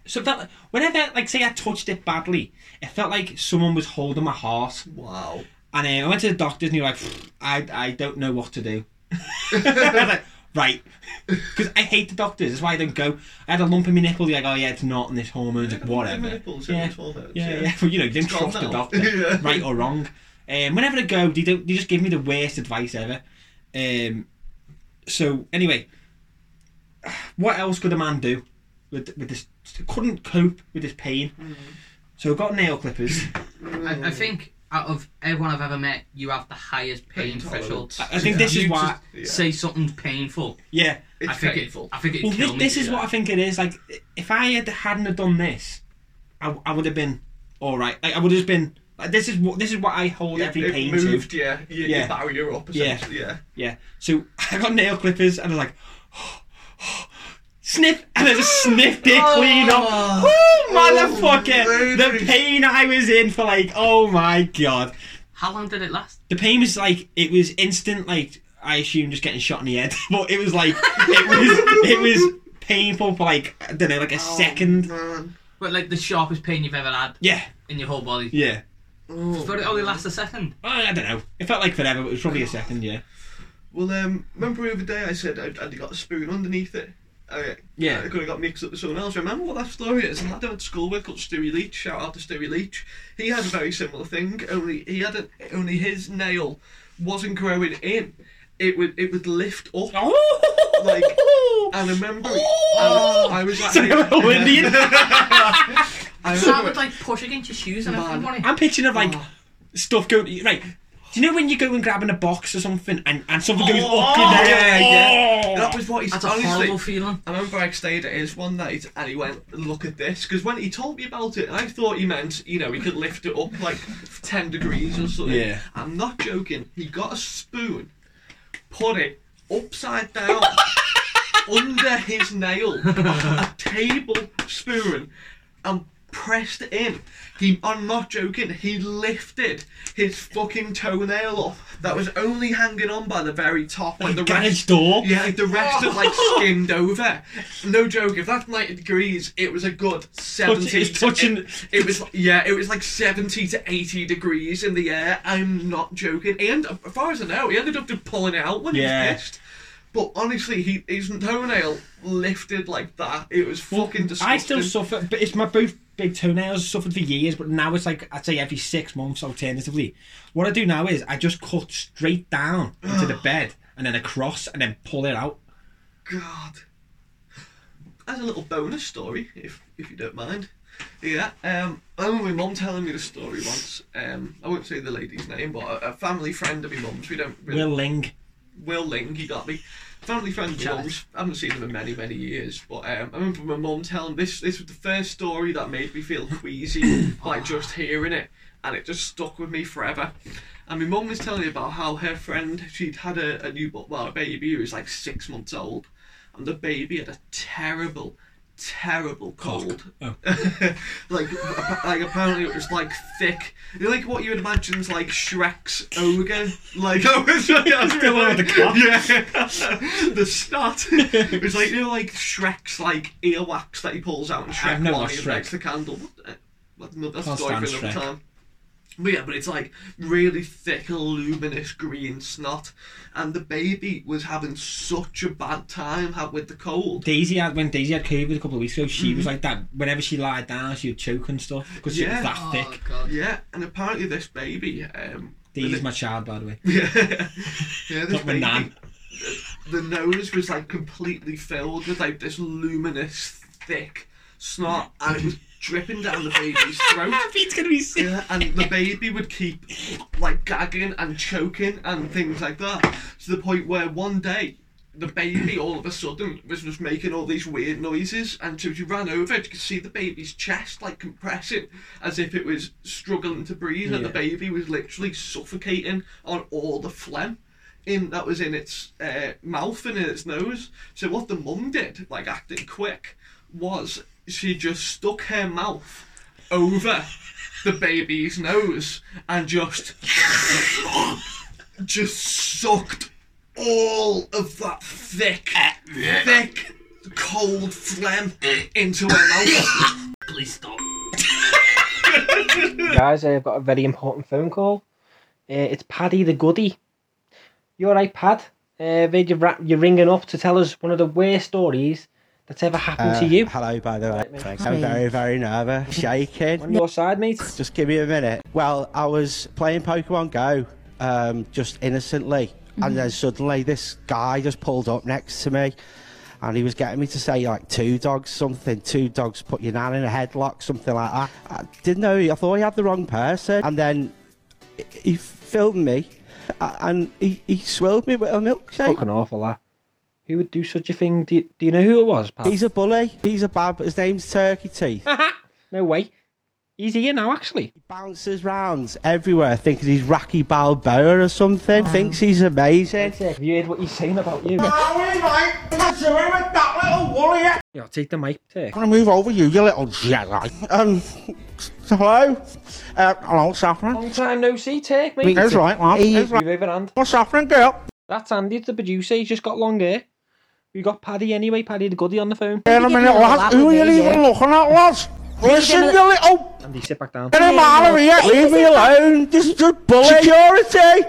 E: So it felt like, whenever, like, say I touched it badly, it felt like someone was holding my heart.
C: Wow.
E: And uh, I went to the doctors, and he was like, "I, I don't know what to do." I was like, right. Because I hate the doctors. That's why I don't go. I had a lump in my nipple. They're like, oh yeah, it's not, and it's hormones, like, whatever.
C: Nipples,
E: Yeah.
C: it's hormones,
E: Yeah, yeah. But you know, you don't
C: It's gone
E: trust
C: now.
E: the doctor,
C: Yeah.
E: right or wrong. Um, whenever I go, they don't. They just give me the worst advice ever. Um, so anyway, what else could a man do with with this? Couldn't cope with this pain.
C: Mm.
E: So I got nail clippers.
D: I, I think out of everyone I've ever met, you have the highest pain threshold.
E: I think this
D: You
E: is why.
D: just Say something's painful.
E: Yeah.
C: It's
D: I think
C: painful.
D: It, I think it.
E: Well,
D: kill
E: this,
D: me
E: this
D: to
E: is
D: do
E: what I
D: that.
E: think it is. Like, if I had hadn't have done this, I, I would have been all right. Like, I would have just been. Like, this is what this is what I hold
C: Yeah,
E: every
C: it
E: pain
C: moved,
E: to.
C: yeah. You,
E: Yeah.
C: you barrier up,
E: Yeah.
C: essentially, yeah.
E: Yeah. So I got nail clippers and I was like, sniff, and I just sniffed it clean up. Oh, motherfucker! the
C: baby.
E: pain I was in for like, oh my god.
D: How long did it last?
E: The pain was like it was instant. Like I assume just getting shot in the head, but it was like it was it was painful for like I don't know, like a
C: Oh,
E: second.
C: Man.
D: But like the sharpest pain you've ever had
E: Yeah.
D: in your whole body.
E: Yeah.
D: But it only lasts a second.
E: I I don't know. It felt like forever, but it was probably a second, yeah.
C: Well, um, remember the other day I said I'd, I'd got a spoon underneath it? I,
E: Yeah.
C: I could have got mixed up with someone else. Remember what that story is? A lad I went to school with called Stewie Leach. Shout out to Stewie Leach. He had a very similar thing, only he had a, only his nail wasn't growing in. It would it would lift up.
E: Oh.
C: Like, I remember
E: Oh!
C: I, I was like,
E: Sorry, I'm all Indian.
C: I
D: So I would
C: remember,
D: like push against your shoes and
C: Man.
D: everything. wouldn't it?
E: I'm picturing of like stuff going right. Do you know when you go and grabbing a box or something and, and something goes up your neck?
C: yeah, yeah.
E: Oh.
C: that was what he
D: That's a
C: honestly,
D: horrible feeling.
C: I remember I stayed at his one night and he went, Look at this. Because when he told me about it, I thought he meant, you know, he could lift it up like 10 degrees or something.
E: Yeah.
C: I'm not joking. He got a spoon, put it upside down under his nail, a table spoon, and pressed it in. He, I'm not joking, he lifted his fucking toenail off that was only hanging on by the very top. when the rest
E: oh. Garage door.
C: yeah, like the rest of like
E: Oh.
C: skimmed over. No joke. If that's ninety degrees, it was a good seventy.
E: it's
C: to-
E: touching-
C: It, it was yeah, it was like seventy to eighty degrees in the air. I'm not joking. And as far as I know, he ended up just pulling it out when he
E: Yeah.
C: was pissed. But honestly, he his toenail lifted like that. It was fucking disgusting.
E: I still suffer, but it's my both big toenails suffered for years. But now it's like I'd say every six months alternatively. What I do now is I just cut straight down into the bed and then across and then pull it out.
C: God. As a little bonus story, if if you don't mind. Yeah, um, I remember my mum telling me the story once. Um, I won't say the lady's name, but a, a family friend of my mum's. We don't really.
E: Will Ling.
C: Will Ling, he got me. Family friend of my mum's. I haven't seen him in many, many years. But um, I remember my mum telling this. This was the first story that made me feel queasy, like just hearing it, and it just stuck with me forever. And my mum was telling me about how her friend she'd had a, a new well a baby who was like six months old, and the baby had a terrible, terrible cold. like, ap- like apparently it was like thick, you know, like what you would imagine is like Shrek's ogre. Like I was like, I was
E: Still over the cup.
C: yeah, the snot. it was like you know, like Shrek's like earwax that he pulls out and Shrek
E: I've never
C: one
E: watched
C: he lights
E: Shrek.
C: the candle. Uh, That's another
E: Can't
C: story for
E: stand
C: another
E: Shrek.
C: time. But yeah, but it's like really thick, luminous green snot, and the baby was having such a bad time ha- with the cold.
E: Daisy had when Daisy had COVID a couple of weeks ago, she was like that. Whenever she lied down, she would choke and stuff because she
C: Yeah.
E: was that thick.
D: god.
C: Yeah, and apparently this baby, um,
E: Daisy's my child, by the way.
C: yeah, yeah, this
E: Not my
C: baby,
E: nan.
C: the nose was like completely filled with like this luminous thick snot, and it was dripping down the baby's throat.
E: Pete's gonna be sick.
C: Yeah, and the baby would keep like gagging and choking and things like that to the point where one day the baby all of a sudden was just making all these weird noises and so she ran over you could see the baby's chest like compressing as if it was struggling to breathe and the
E: Yeah.
C: baby was literally suffocating on all the phlegm in that was in its uh, mouth and in its nose. So what the mum did, like acting quick, was she just stuck her mouth over the baby's nose and just just sucked all of that thick, thick, cold phlegm into her mouth.
D: Please stop.
J: Guys, I've got a very important phone call. Uh, it's Paddy the Goody. You alright, Pad? Uh, Uh, Vid, you're, ra- you're ringing up to tell us one of the worst stories that's ever happened to you.
F: Uh, Hello, by the way. Frank. I'm very, very nervous. Shaking.
J: On your side, mate.
F: Just give me a minute. Well, I was playing Pokemon Go, um, just innocently, and then suddenly this guy just pulled up next to me, and he was getting me to say like two dogs something, two dogs put your nan in a headlock, something like that. I didn't know. I thought he had the wrong person, and then he filmed me, a- and he, he swilled me with a milkshake.
J: Fucking awful, that. Who would do such a thing? Do you, do you know who it was, pal?
F: He's a bully. He's a bab. His name's Turkey Teeth.
J: No way. He's here now, actually.
F: bounces round everywhere thinking he's Rocky Balboa or something. Thinks he's amazing.
J: Have you heard what he's saying about you? Yeah, take the mic, Turk.
F: I'm gonna move over you, you little Jedi. Um, hello? Uh, hello, Saffron.
J: Long time no see, Turk, mate.
F: That's right, lad. That's
J: Move
F: right.
J: over, hand.
F: What's Saffron, girl?
J: That's Andy, the producer. He's just got long hair. We got Paddy anyway. Paddy the goody on the phone.
F: Wait a minute, lad. Who are you even looking at, lads? Listen, you little
J: Andy, sit back down.
F: bit of matter here. Leave me alone. This is just bully. Security!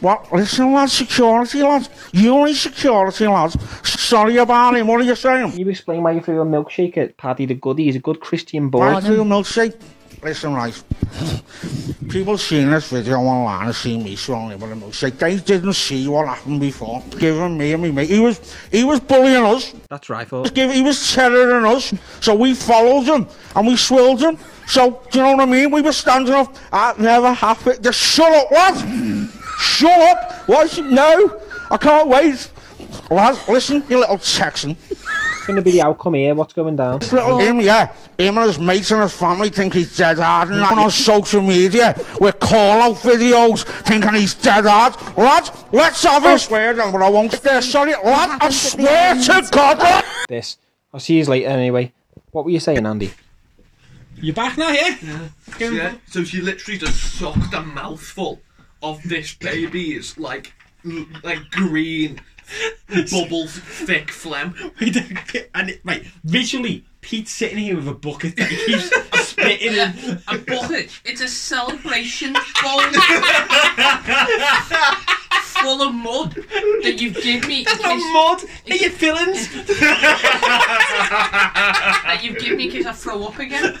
F: What? Listen, lads, security, lads. You only security, lads. Sorry about him. What are you saying?
J: Can you explain why you threw a milkshake at Paddy the goody? He's a good Christian boy.
F: Right through milkshake. Listen, right. People seen this video online and seen me swallowing with a milkshake. They didn't see what happened before. Giving me and me mate. He was he was bullying us.
J: That's right, for
F: Give, he was terroring us. So we followed him and we swilled him. So do you know what I mean? We were standing up. That never happened. Just shut up, lad. Shut up. What? No. I can't wait. Lad, listen, you little Texan.
J: going to be the outcome here. What's going down?
F: Little him, yeah. Him and his mates and his family think he's dead hard and that on social media with call out videos thinking he's dead hard. Lad, let's have it. I swear then, but I won't. There, sorry, lad, I swear to God, lad.
J: This. I'll see you later anyway. What were you saying, Andy?
E: You're back now, yeah?
C: Yeah. So she literally just sucked a mouthful of this baby's like l- like green bubble thick phlegm.
E: Wait, and it, right, visually, Pete's sitting here with a bucket that he keeps spitting in.
D: A bucket. It's a celebration bowl full of mud that you give me. That's
E: Not mud! Are your fillings?
D: that you give me in case I throw up again.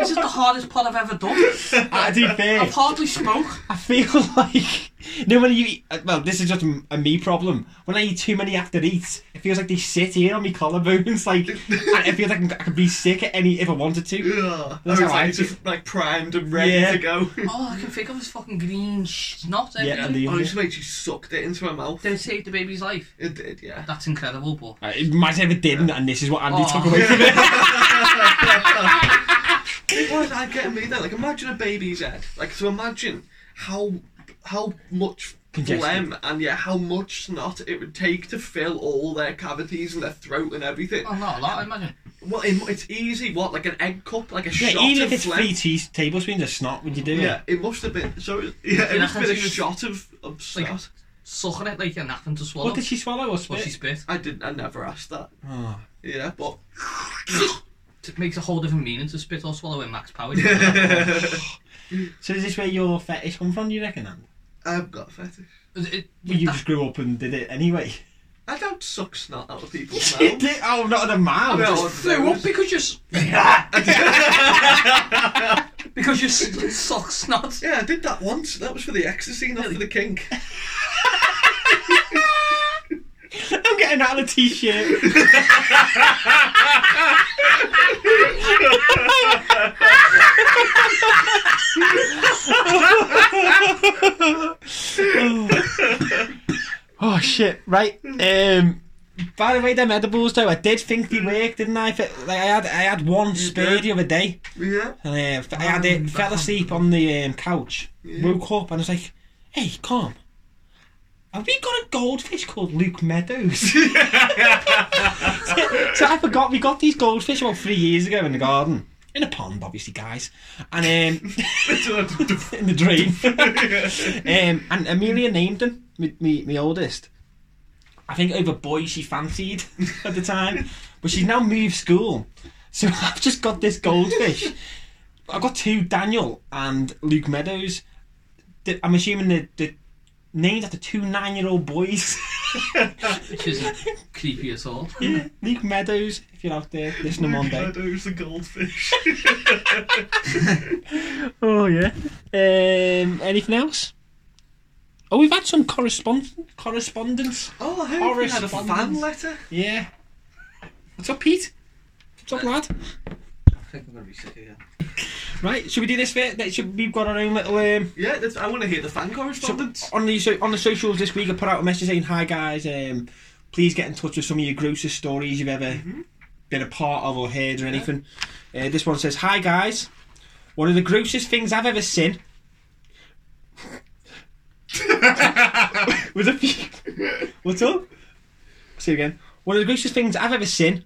D: this is the hardest pod I've ever done.
E: Ah, to be fair,
D: I've hardly smoked.
E: I feel like. No, when you eat. uh, Well, this is just a a me problem. When I eat too many after eats, it feels like they sit here on my collarbones. Like, and it feels like I could be sick at any if I wanted to.
C: Ugh. I
E: That's
C: was
E: how I
C: like,
E: feel.
C: just like primed and ready
E: Yeah.
C: to go.
D: All I can think of is fucking green snot.
E: Yeah,
D: Yeah,
E: and the.
C: Honestly, mate, she sucked it into her mouth.
D: They saved the baby's life.
C: It did, yeah.
D: That's incredible, but
E: Right, Imagine if it didn't, and this is what Andy
D: Aw.
E: took away from it.
C: It was like getting me there. Like imagine a baby's head. Like so imagine how how much
E: Congested.
C: phlegm and yeah, how much snot it would take to fill all their cavities and their throat and everything.
D: well, not a lot, I imagine.
C: Well, it, it's easy. What like an egg cup, like a
E: Yeah,
C: shot
E: even
C: of
E: if it's
C: phlegm.
E: three tea- tablespoons of snot, would you do
C: Yeah, it must have been. So it- yeah, it
D: Yeah,
C: must have been a
D: she was-
C: shot of of snot.
D: Like- Sucking it like you're nothing to
E: it?
D: swallow.
E: What did she swallow or spit?
D: Well, she spit.
C: I didn't. I never asked that.
E: Oh.
C: Yeah, but
D: It makes a whole different meaning to spit or swallow in Max Power. is
E: So is this where your fetish come from? Do you reckon? Andy?
C: I've got a fetish.
D: it,
E: Well, you just grew up and did it anyway.
C: I don't suck snot out of people's mouths.
E: oh, not the mouth.
C: No,
E: Just-
D: threw up because you s- because you s- suck snot.
C: Yeah, I did that once. That was for the ecstasy, not for the kink.
E: I'm getting out of the t-shirt. oh shit! Right. Um. By the way, them edibles though, I did think they worked, didn't I? Fe- Like I had, I had one spare the other day,
C: Yeah.
E: and uh, f- I had it fell asleep on the um, couch. Woke up and I was like, "Hey, calm. Have we got a goldfish called Luke Meadows?" so, so I forgot we got these goldfish about three years ago in the garden, in a pond, obviously, guys, and um, in the drain. um, and Amelia named them. Me, me, me oldest. I think over boy she fancied at the time, but she's now moved school. So I've just got this goldfish. I've got two, Daniel and Luke Meadows. The- I'm assuming the, the named after two nine-year-old boys.
D: Which isn't creepy at all.
E: yeah, Luke Meadows, if you're out there listening one day.
C: Meadows the goldfish.
E: Oh yeah. Um, anything else? Oh, we've had some correspondence. Correspondence.
C: oh, I hope we had a fan
E: Correspondence.
C: letter.
E: Yeah. What's up, Pete? What's up, lad?
I: I think I'm gonna be sick again.
E: Right, should we do this bit? That should we've got our own little um.
C: Yeah, that's, I want to hear the fan
E: so-
C: correspondence.
E: on the so, on the socials this week, I put out a message saying, "Hi guys, um, please get in touch with some of your grossest stories you've ever been a part of or heard or anything." Uh, this one says, "Hi guys, one of the grossest things I've ever seen." was a few. What's up? See you again. One of the grossest things I've ever seen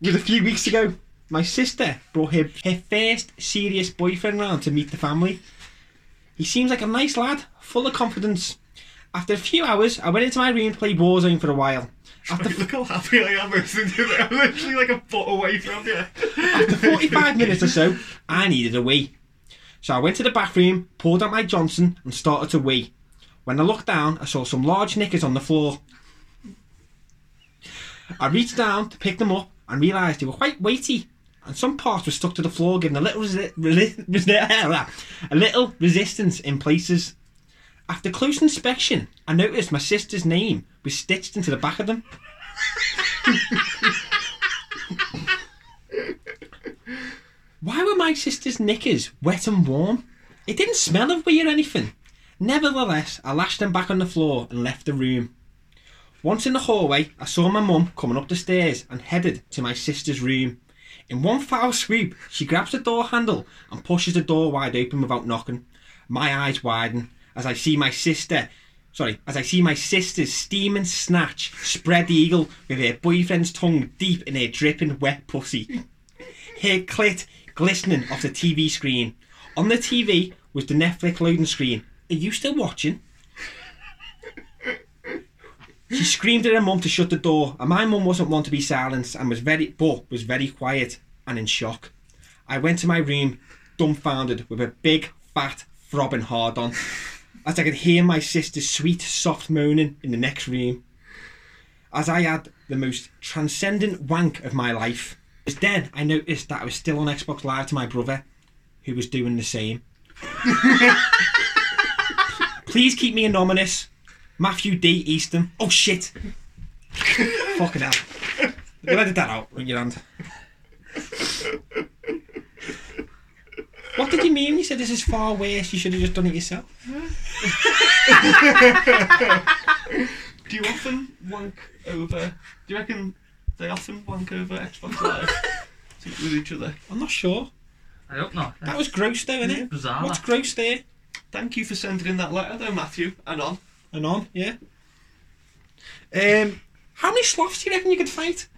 E: was a few weeks ago. My sister brought her, her first serious boyfriend round to meet the family. He seems like a nice lad, full of confidence. After a few hours, I went into my room to play Warzone for a while. After,
C: Look how happy I am listening to that. I'm literally like a foot away from you.
E: after 45 minutes or so, I needed a wee. So I went to the bathroom, poured out my Johnson, and started to wee. When I looked down, I saw some large knickers on the floor. I reached down to pick them up and realised they were quite weighty, and some parts were stuck to the floor, giving a little, resi- reli- resi- a little resistance in places. After close inspection, I noticed my sister's name was stitched into the back of them. Why were my sister's knickers wet and warm? It didn't smell of wee or anything. Nevertheless, I lashed them back on the floor and left the room. Once in the hallway, I saw my mum coming up the stairs and headed to my sister's room. In one foul swoop, she grabs the door handle and pushes the door wide open without knocking. My eyes widen as I see my sister, sorry, as I see my sister's steaming snatch spread eagle with her boyfriend's tongue deep in her dripping wet pussy her clit glistening off the TV screen. On the TV was the Netflix loading screen. Are you still watching? She screamed at her mum to shut the door, and my mum wasn't one to be silenced and was very but was very quiet and in shock. I went to my room, dumbfounded, with a big fat throbbing hard on, as I could hear my sister's sweet, soft moaning in the next room as I had the most transcendent wank of my life. It was then I noticed that I was still on Xbox Live to my brother, who was doing the same. Please keep me anonymous. Matthew D. Easton. Oh shit! Fucking hell. We'll edit that out. Ring your hand. What did you mean when you said this is far worse? You should have just done it yourself.
C: Do you often wank over? Do you reckon they often wank over Xbox Live to- with each other?
E: I'm not sure.
D: I hope not.
E: That was gross though, innit?
D: Bizarre.
E: What's gross there?
C: Thank you for sending in that letter, though, Matthew. And on.
E: and on, yeah. Um, how many sloths do you reckon you could fight?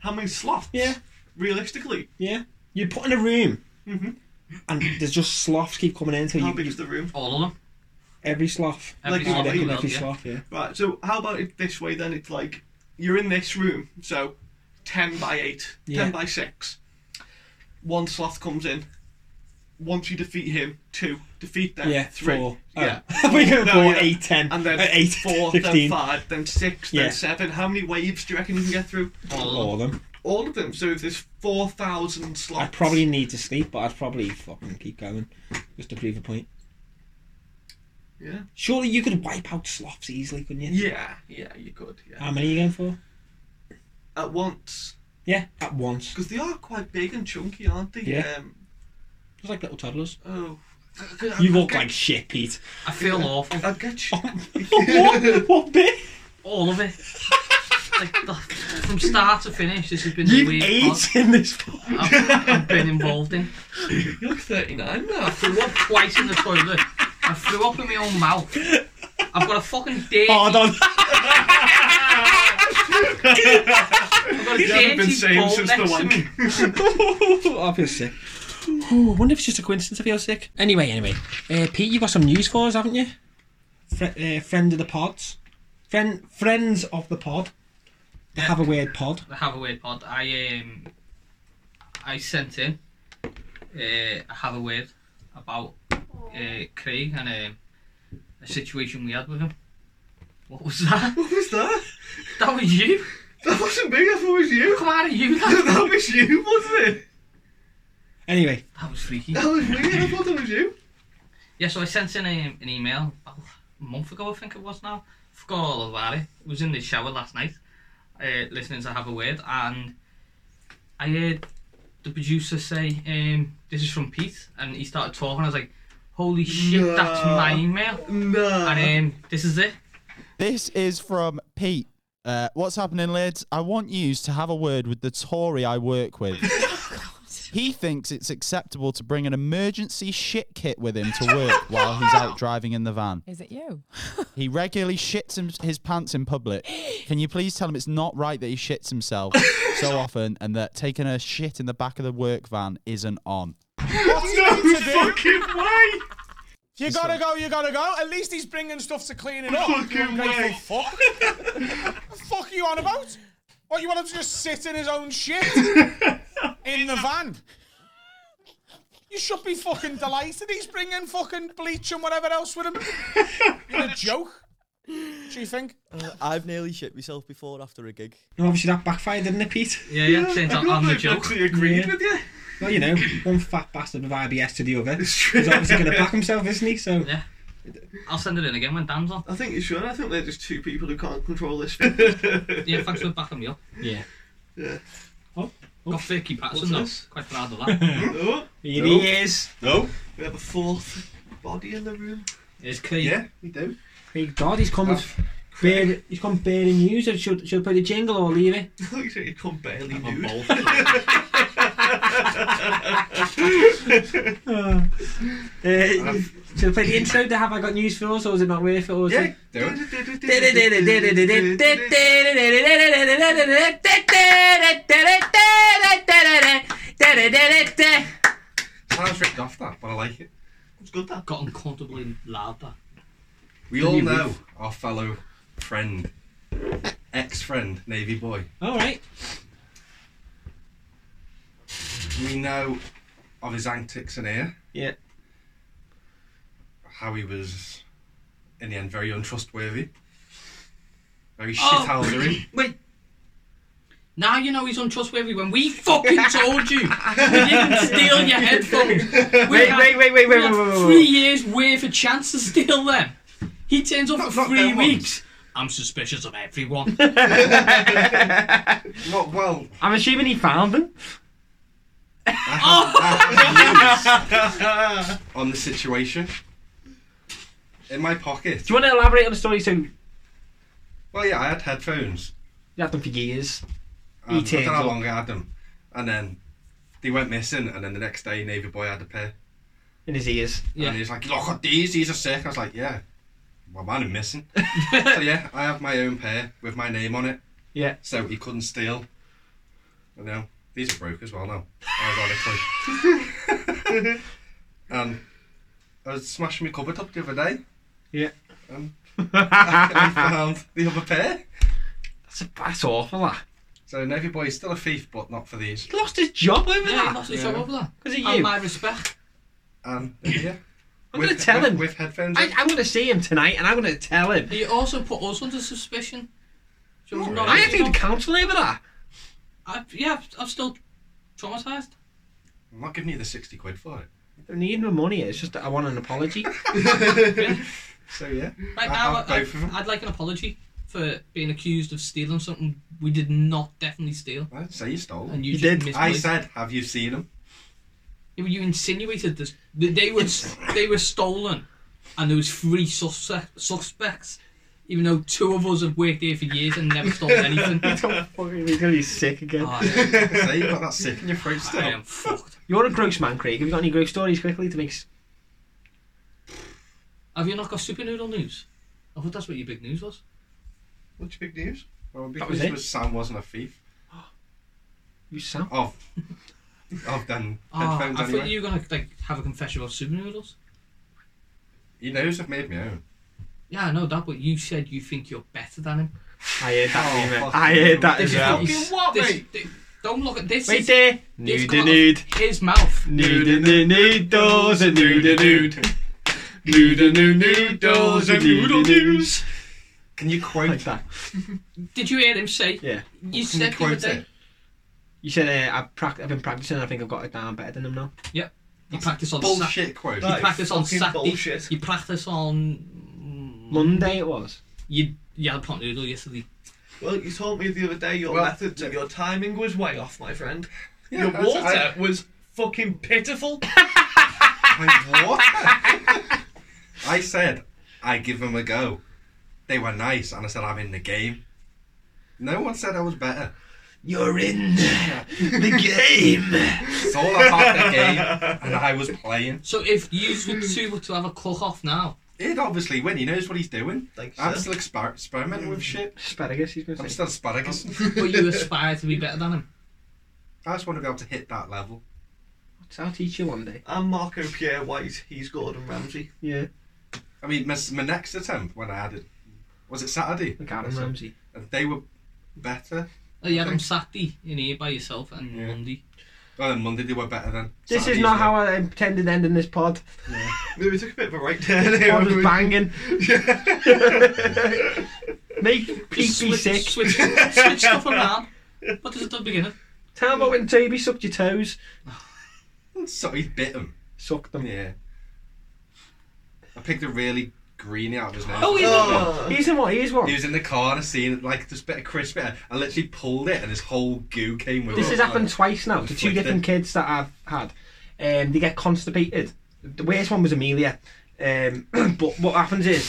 C: How many slots?
E: Yeah.
C: Realistically,
E: Yeah, Mm-hmm. you'd put in a room, and there's just sloths keep coming in. So
C: how
E: you,
C: big is the room?
D: All of them.
E: every sloth,
D: Every
C: Like,
E: I
D: single
C: you
E: reckon
D: one,
E: every
D: yeah.
E: sloth, yeah.
C: Right. So how about it this way then? It's like you're in this room, so ten by eight,
E: Yeah.
C: ten by six. One sloth comes in. Once you defeat him, two defeat them,
E: Yeah,
C: three.
E: four.
C: Yeah.
E: Oh. we go
C: No,
E: four,
C: yeah.
E: eight, ten,
C: And then
E: uh, eight,
C: four, then
E: fifteen.
C: five, then six,
E: Yeah.
C: then seven. How many waves do you reckon you can get through?
E: All of them.
C: All of them. So if there's four thousand slots,
E: I'd probably need to sleep, but I'd probably fucking keep going just to prove a point.
C: Yeah.
E: Surely you could wipe out sloths easily, couldn't you?
C: Yeah, yeah, you could. Yeah.
E: How many are you going for?
C: At once,
E: Yeah, at once.
C: because they are quite big and chunky, aren't they?
E: Yeah.
C: Um,
E: Just like little toddlers.
C: oh. I- I-
E: You
C: I'd
E: look
C: get-
E: like shit, Pete.
D: I feel awful.
C: I'd get sh-
E: what? What bit?
D: All of it. like the, from start to finish, this has been the
E: You've
D: weird
E: eight in this.
D: pod I've, I've been involved in.
C: You look 39 now.
D: threw up twice in the toilet. I threw up in my own mouth. I've got a fucking dirty.
C: Oh,
E: Hard on.
D: I've got a
C: haven't been
D: dirty
C: same
D: bowl
C: since
D: next
C: the
D: to me.
E: I feel sick. Ooh, I wonder if it's just a coincidence I feel sick. Anyway, anyway. Uh, Pete, you've got some news for us, haven't you? Fr- uh, friend of the pods. Friend, friends of the pod. The Have a Weird pod.
D: The Have a Word pod. I um, I sent in uh, a Have a Word about uh, Craig and um, a situation we had with him. What was that?
K: What was that?
D: That was you.
K: That wasn't me, I thought it was you.
D: Come out of you. That,
K: that was you, wasn't it?
E: Anyway,
D: that was freaky.
K: That was weird, I thought that was you.
D: Yeah, so I sent in a, an email oh, a month ago, I think it was now. Forgot all about it. I was in the shower last night, uh, listening to Have a Word, and I heard the producer say, um, This is from Pete, and he started talking. I was like, Holy shit, that's
K: No.
D: my email.
K: No.
D: And um, this is it.
L: This is from Pete. Uh, what's happening, lads? I want you to have a word with the Tory I work with. he thinks it's acceptable to bring an emergency shit kit with him to work while he's out driving in the van.
B: Is it you?
L: He regularly shits him- his pants in public. Can you please tell him it's not right that he shits himself so often and that taking a shit in the back of the work van isn't on?
K: no fucking way!
F: You gotta go, you gotta go. At least he's bringing stuff to clean it up.
K: Fucking
F: you ungrateful
K: way.
F: fuck. What the fuck are you on about? What, you want him to just sit in his own shit? in the van? You should be fucking delighted he's bringing fucking bleach and whatever else with him. You're a joke. Do you think?
M: I've nearly shit myself before after a gig.
E: and obviously that backfired, didn't it, Pete?
D: Yeah, yeah, Yeah, since I I'm- can't I'm the believe I joke. actually agreed
E: Yeah.
D: with you.
E: Well, you know, one fat bastard with IBS to the other. He's obviously going to back himself, isn't he? So
D: yeah. I'll send it in again when Dan's on.
K: I think you should. I think they're just two people who can't control this.
D: Yeah, thanks for backing me up. Oh,
E: Yeah.
K: Yeah.
D: Got Vicky Patterson though.
K: What's
D: Quite proud of that.
K: No.
E: Here
K: no.
E: he is.
K: No. We have a fourth body in the room.
D: It's Craig.
K: Yeah, we do.
E: Craig Dodd, he's come with bare, he's come bare in news. Should, should we play the jingle or leave it?
K: you said you come barely nude.
E: Uh, should we play the intro to Have I Got News for Us or is it not worth it? Or is it?
C: Sounds ripped off that, but I like it.
K: It's good that.
D: Got uncomfortably loud that.
C: We all know our fellow friend, ex-friend, Navy boy.
E: All right.
C: We know of his antics in here.
E: Yeah.
C: How he was, in the end, very untrustworthy. Very
D: Oh.
C: shithousery.
D: Wait. Now you know he's untrustworthy when we fucking told you. We didn't steal your headphones. We
E: Wait,
D: had-
E: wait, wait, wait,
D: we
E: wait,
D: had
E: wait, wait, wait,
D: Three
E: wait.
D: years worth of chance to steal them. He turns up for
C: not
D: three
C: them
D: weeks. I'm suspicious of everyone.
C: Well, well.
E: I'm assuming he found them.
C: views on the situation. In my pocket.
E: Do you want to elaborate on the story? So
C: Well, yeah, I had headphones.
E: You had them for years.
C: And
E: He
C: I don't know
E: turns
C: how
E: up.
C: long I had them. And then they went missing, and then the next day, Navy Boy had a pair.
E: In his ears.
C: And he's like, look at these, these are sick. I was like, yeah, well, mine are missing. so, yeah, I have my own pair with my name on it.
E: Yeah.
C: So he couldn't steal. You know, these are broke as well now, ironically. and Um, I was smashing my cupboard up the other day.
E: Yeah.
C: Um, I found the other pair.
E: That's, a, that's awful, that.
C: So Navy Boy is still a thief, but not for these.
E: He lost his job over
D: Yeah,
E: that.
D: he lost his job over that.
E: 'Cause of
D: And
E: you.
D: my respect.
C: Um, yeah.
E: I'm
C: With-
E: going to tell
C: with-
E: him.
C: With headphones
E: I, I'm going to see him tonight and I'm going to tell him.
D: He also put us under suspicion. So we've not-
E: I had to go to council over that.
D: I, yeah, I'm- I'm still traumatised.
C: I'm not giving you the 60 quid for it.
E: I need my money. It's just that I want an apology.
C: So, yeah. I
D: Right now,
C: have
D: I,
C: both of 'em.
D: I, would like an apology for being accused of stealing something we did not definitely steal.
C: I didn't say you stole.
D: And you,
C: You
D: just
C: did.
D: misplaced-
C: I said, have you seen them?
D: You, you insinuated this. that They were they were stolen, and there was three suspe- suspects. Even though two of us have worked here for years and never stolen anything.
E: He's going to be sick again.
D: Oh,
C: so you got that sick in your throat still.
D: I am fucked.
E: You're a gross man, Craig. Have you got any gross stories quickly to make? s-
D: Have you not got super noodle news? I thought that's what your big news was.
K: What's your big news?
C: Well,
E: That
C: because
E: was
C: it
E: it.
C: was Sam wasn't a thief.
E: You sound.
C: Of, of them
D: Ah,
C: headphones
D: I
C: anyway.
D: thought you were gonna like have a confession about super noodles.
C: He knows I've made my own.
D: Yeah, I know that, but you said you think you're better than him.
E: I heard that.
C: Oh,
E: mate.
C: fuck.
E: I heard that as
D: This
E: well.
D: is
E: Wait
D: what, this- Don't look at this. is-
E: there.
D: It's
E: Nude
D: come out of
E: nude.
D: His mouth.
E: Nude nude nude doors and nude nude.
C: Noodle, noodle, noodles and noodle news. Can you quote that?
N: Did you hear him say?
E: Yeah.
N: You said the other day.
E: You said uh, I've, prac- I've been practicing. I think I've got it down better than him now.
D: Yep. You practice on
E: bullshit
D: Sat-
E: quote. That
D: You
E: is
D: practice on
E: fucking
D: Saturday.
E: bullshit.
D: You practice on
E: Monday it was.
D: you. You had a pot noodle yesterday.
O: Well, you told me the other day your methods and your timing was way off, my friend.
D: Yeah,
O: your
D: that's-
O: water
D: I-
O: was fucking pitiful.
C: I said I give them a go. They were nice, and I said I'm in the game. No one said I was better. You're in the game. It's all about the game, and I was playing.
D: So if you were two were to have a cook off now,
C: He'd obviously win. He knows what he's doing. I'm
D: so.
C: still exper- experimenting with shit.
E: Asparagus, he's going
C: I'm still asparagus.
D: but you aspire to be better than him.
C: I just want to be able to hit that level.
E: I'll teach you one day.
O: I'm Marco Pierre White. He's Gordon Ramsay.
E: Yeah.
C: I mean, my, my next attempt when I had it was it Saturday.
E: Gordon Ramsay.
C: They were better.
D: Oh, you had him
C: Okay.
D: Saturday in here by yourself and Monday.
C: Well, then Monday they were better than.
E: This is
C: Saturday's
E: not
C: were-
E: how I intended ending this pod.
O: Maybe took a bit of a right turn.
E: This
O: here,
E: pod was
O: haven't
E: banging. Make Pete be
D: Switch-
E: sick.
D: Switch, switch stuff around. What does it do at the beginning?
E: Tell about when Toby sucked your toes.
C: So he bit him.
E: Sucked them.
C: Yeah. I picked a really greeny out of his nose.
E: Oh, he's
C: Oh.
E: one. He's in what? He's one.
C: He was in the car and I seen it like this bit of crisp bit. I literally pulled it and his whole goo came with
E: This
C: it.
E: has happened twice now to two
C: Inflicted.
E: different kids that I've had. Um, they get constipated. The worst one was Amelia. Um, but what happens is,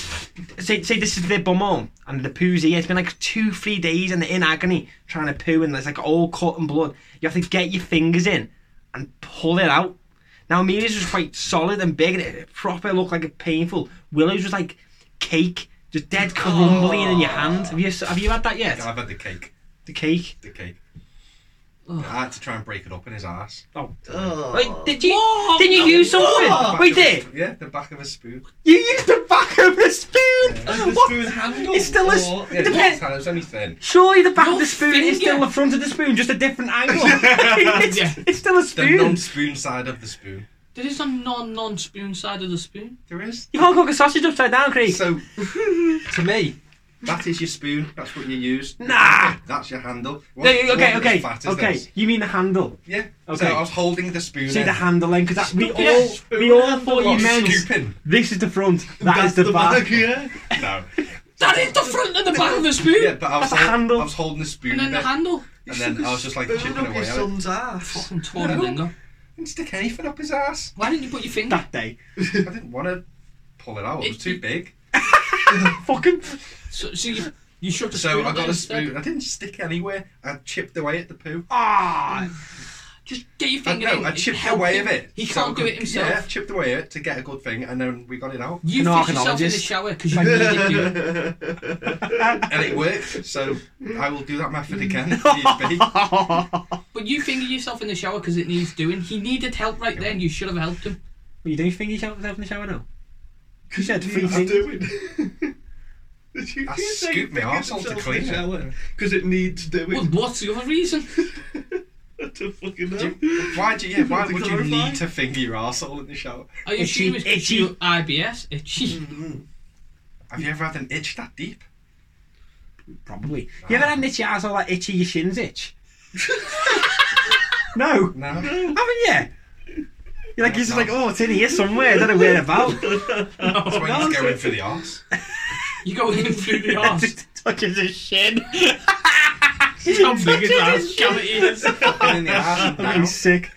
E: say, say this is their bum on and the poo's here. It's been like two, three days and they're in agony trying to poo and there's like all cut and blood. You have to get your fingers in and pull it out. Now Amelia's was quite solid and big and it proper looked like a painful. Willow's was like cake, just dead crumbling in your hand. Have you have you had that yet?
C: I've had the cake.
E: The cake.
C: The cake. I had to try and break it up in his ass.
E: Oh.
C: oh.
E: Wait, did you did you use something? Wait, Oh, did
C: Yeah, the back of a spoon.
E: you used the back of the spoon? What? It's still a. s-
C: Or-
E: it
C: Yeah,
E: depends-
C: it's not- it's only thin.
E: Surely the back of the spoon is still the front of the spoon, just a different angle. it's, it's still a
C: The non
E: spoon.
C: spoon side of the spoon.
D: There is a non non spoon side of the spoon.
C: There is.
E: You can't cook a sausage upside down, Craig.
C: So, to me, that is your spoon. That's what you use.
E: Nah.
C: That's your handle.
E: No, you- okay,
C: One
E: okay,
C: as fat as
E: okay.
C: this.
E: You mean the handle?
C: Yeah.
E: Okay.
C: So I was holding the spoon.
E: See
C: end.
E: the handle then, because we
C: Stupid
E: all
C: spoon
E: we all
C: handle.
E: thought you
C: What,
E: meant.
C: scooping?
E: This is the front. That is the, back.
C: No.
D: That is the front and the back of the spoon.
C: Yeah, but I was,
D: That's a
C: hol-
D: handle.
C: I was holding the spoon.
D: And then the
C: bit,
D: handle.
C: And then I was just like chipping away at it.
O: ass.
D: Fucking Tornalingo.
C: Didn't stick anything up his ass.
D: Why didn't you put your finger?
E: That day.
C: I didn't want to pull it out. It was too big.
E: Fucking.
D: So, so you, you shook the
C: So
D: spoon.
C: I
D: up
C: got a
D: instead. Oh,
C: spoon. I didn't stick anywhere. I chipped away at the poo.
E: Ah!
D: Just get your
C: I,
D: finger in.
C: no, I chipped
D: Help
C: away
D: him.
C: of it.
D: He
C: So I
D: can't do
C: could-
D: it himself.
C: Yeah, chipped away at it to get a good thing, and then we got it out.
D: You fish yourself in the shower because you needed you.
C: and it worked. So I will do that method again. if need be.
D: But you finger yourself in the shower because it needs doing. He needed help right then. You should have helped him.
E: Well, you do think you shout yourself in the shower now? You said
O: He's
E: three things.
O: doing. Did you
C: I
O: hear saying
C: scooped my
O: fingers
C: arsehole to
O: himself
C: clean
O: in the
C: it.
O: shower? Because it needs doing.
D: Well, what's the other reason?
O: I don't fucking know.
C: why do you? Yeah, why
O: To
C: would you
O: clarify?
C: need to finger your arsehole in the shower?
D: Are you sure it's 'cause you IBS? Itchy.
C: Have you ever had an itch that deep?
E: Probably. You ever had an itchy asshole like itchy your shins itch? no.
C: No.
E: Haven't you? You're like, you're just like, oh, it's in here somewhere. I don't know where about.
C: That's when you go in for the arse.
D: You go in through the arse.
E: Touches his shin.
D: How big is that cavity is?
C: in the arse.
E: I'm sick.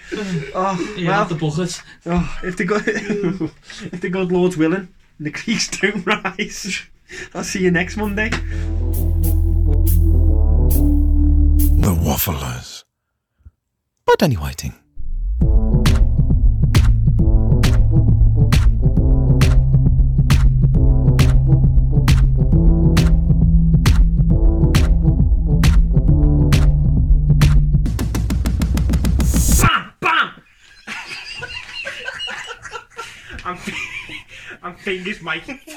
E: Oh,
D: Yeah,
E: well,
D: the bucket.
E: oh, if the good, if the good Lord's willing, the creeks don't rise. I'll see you next Monday.
P: The Wafflers. By Danny Whiting.
E: Bam, bam. I'm, I'm fingers, Mike.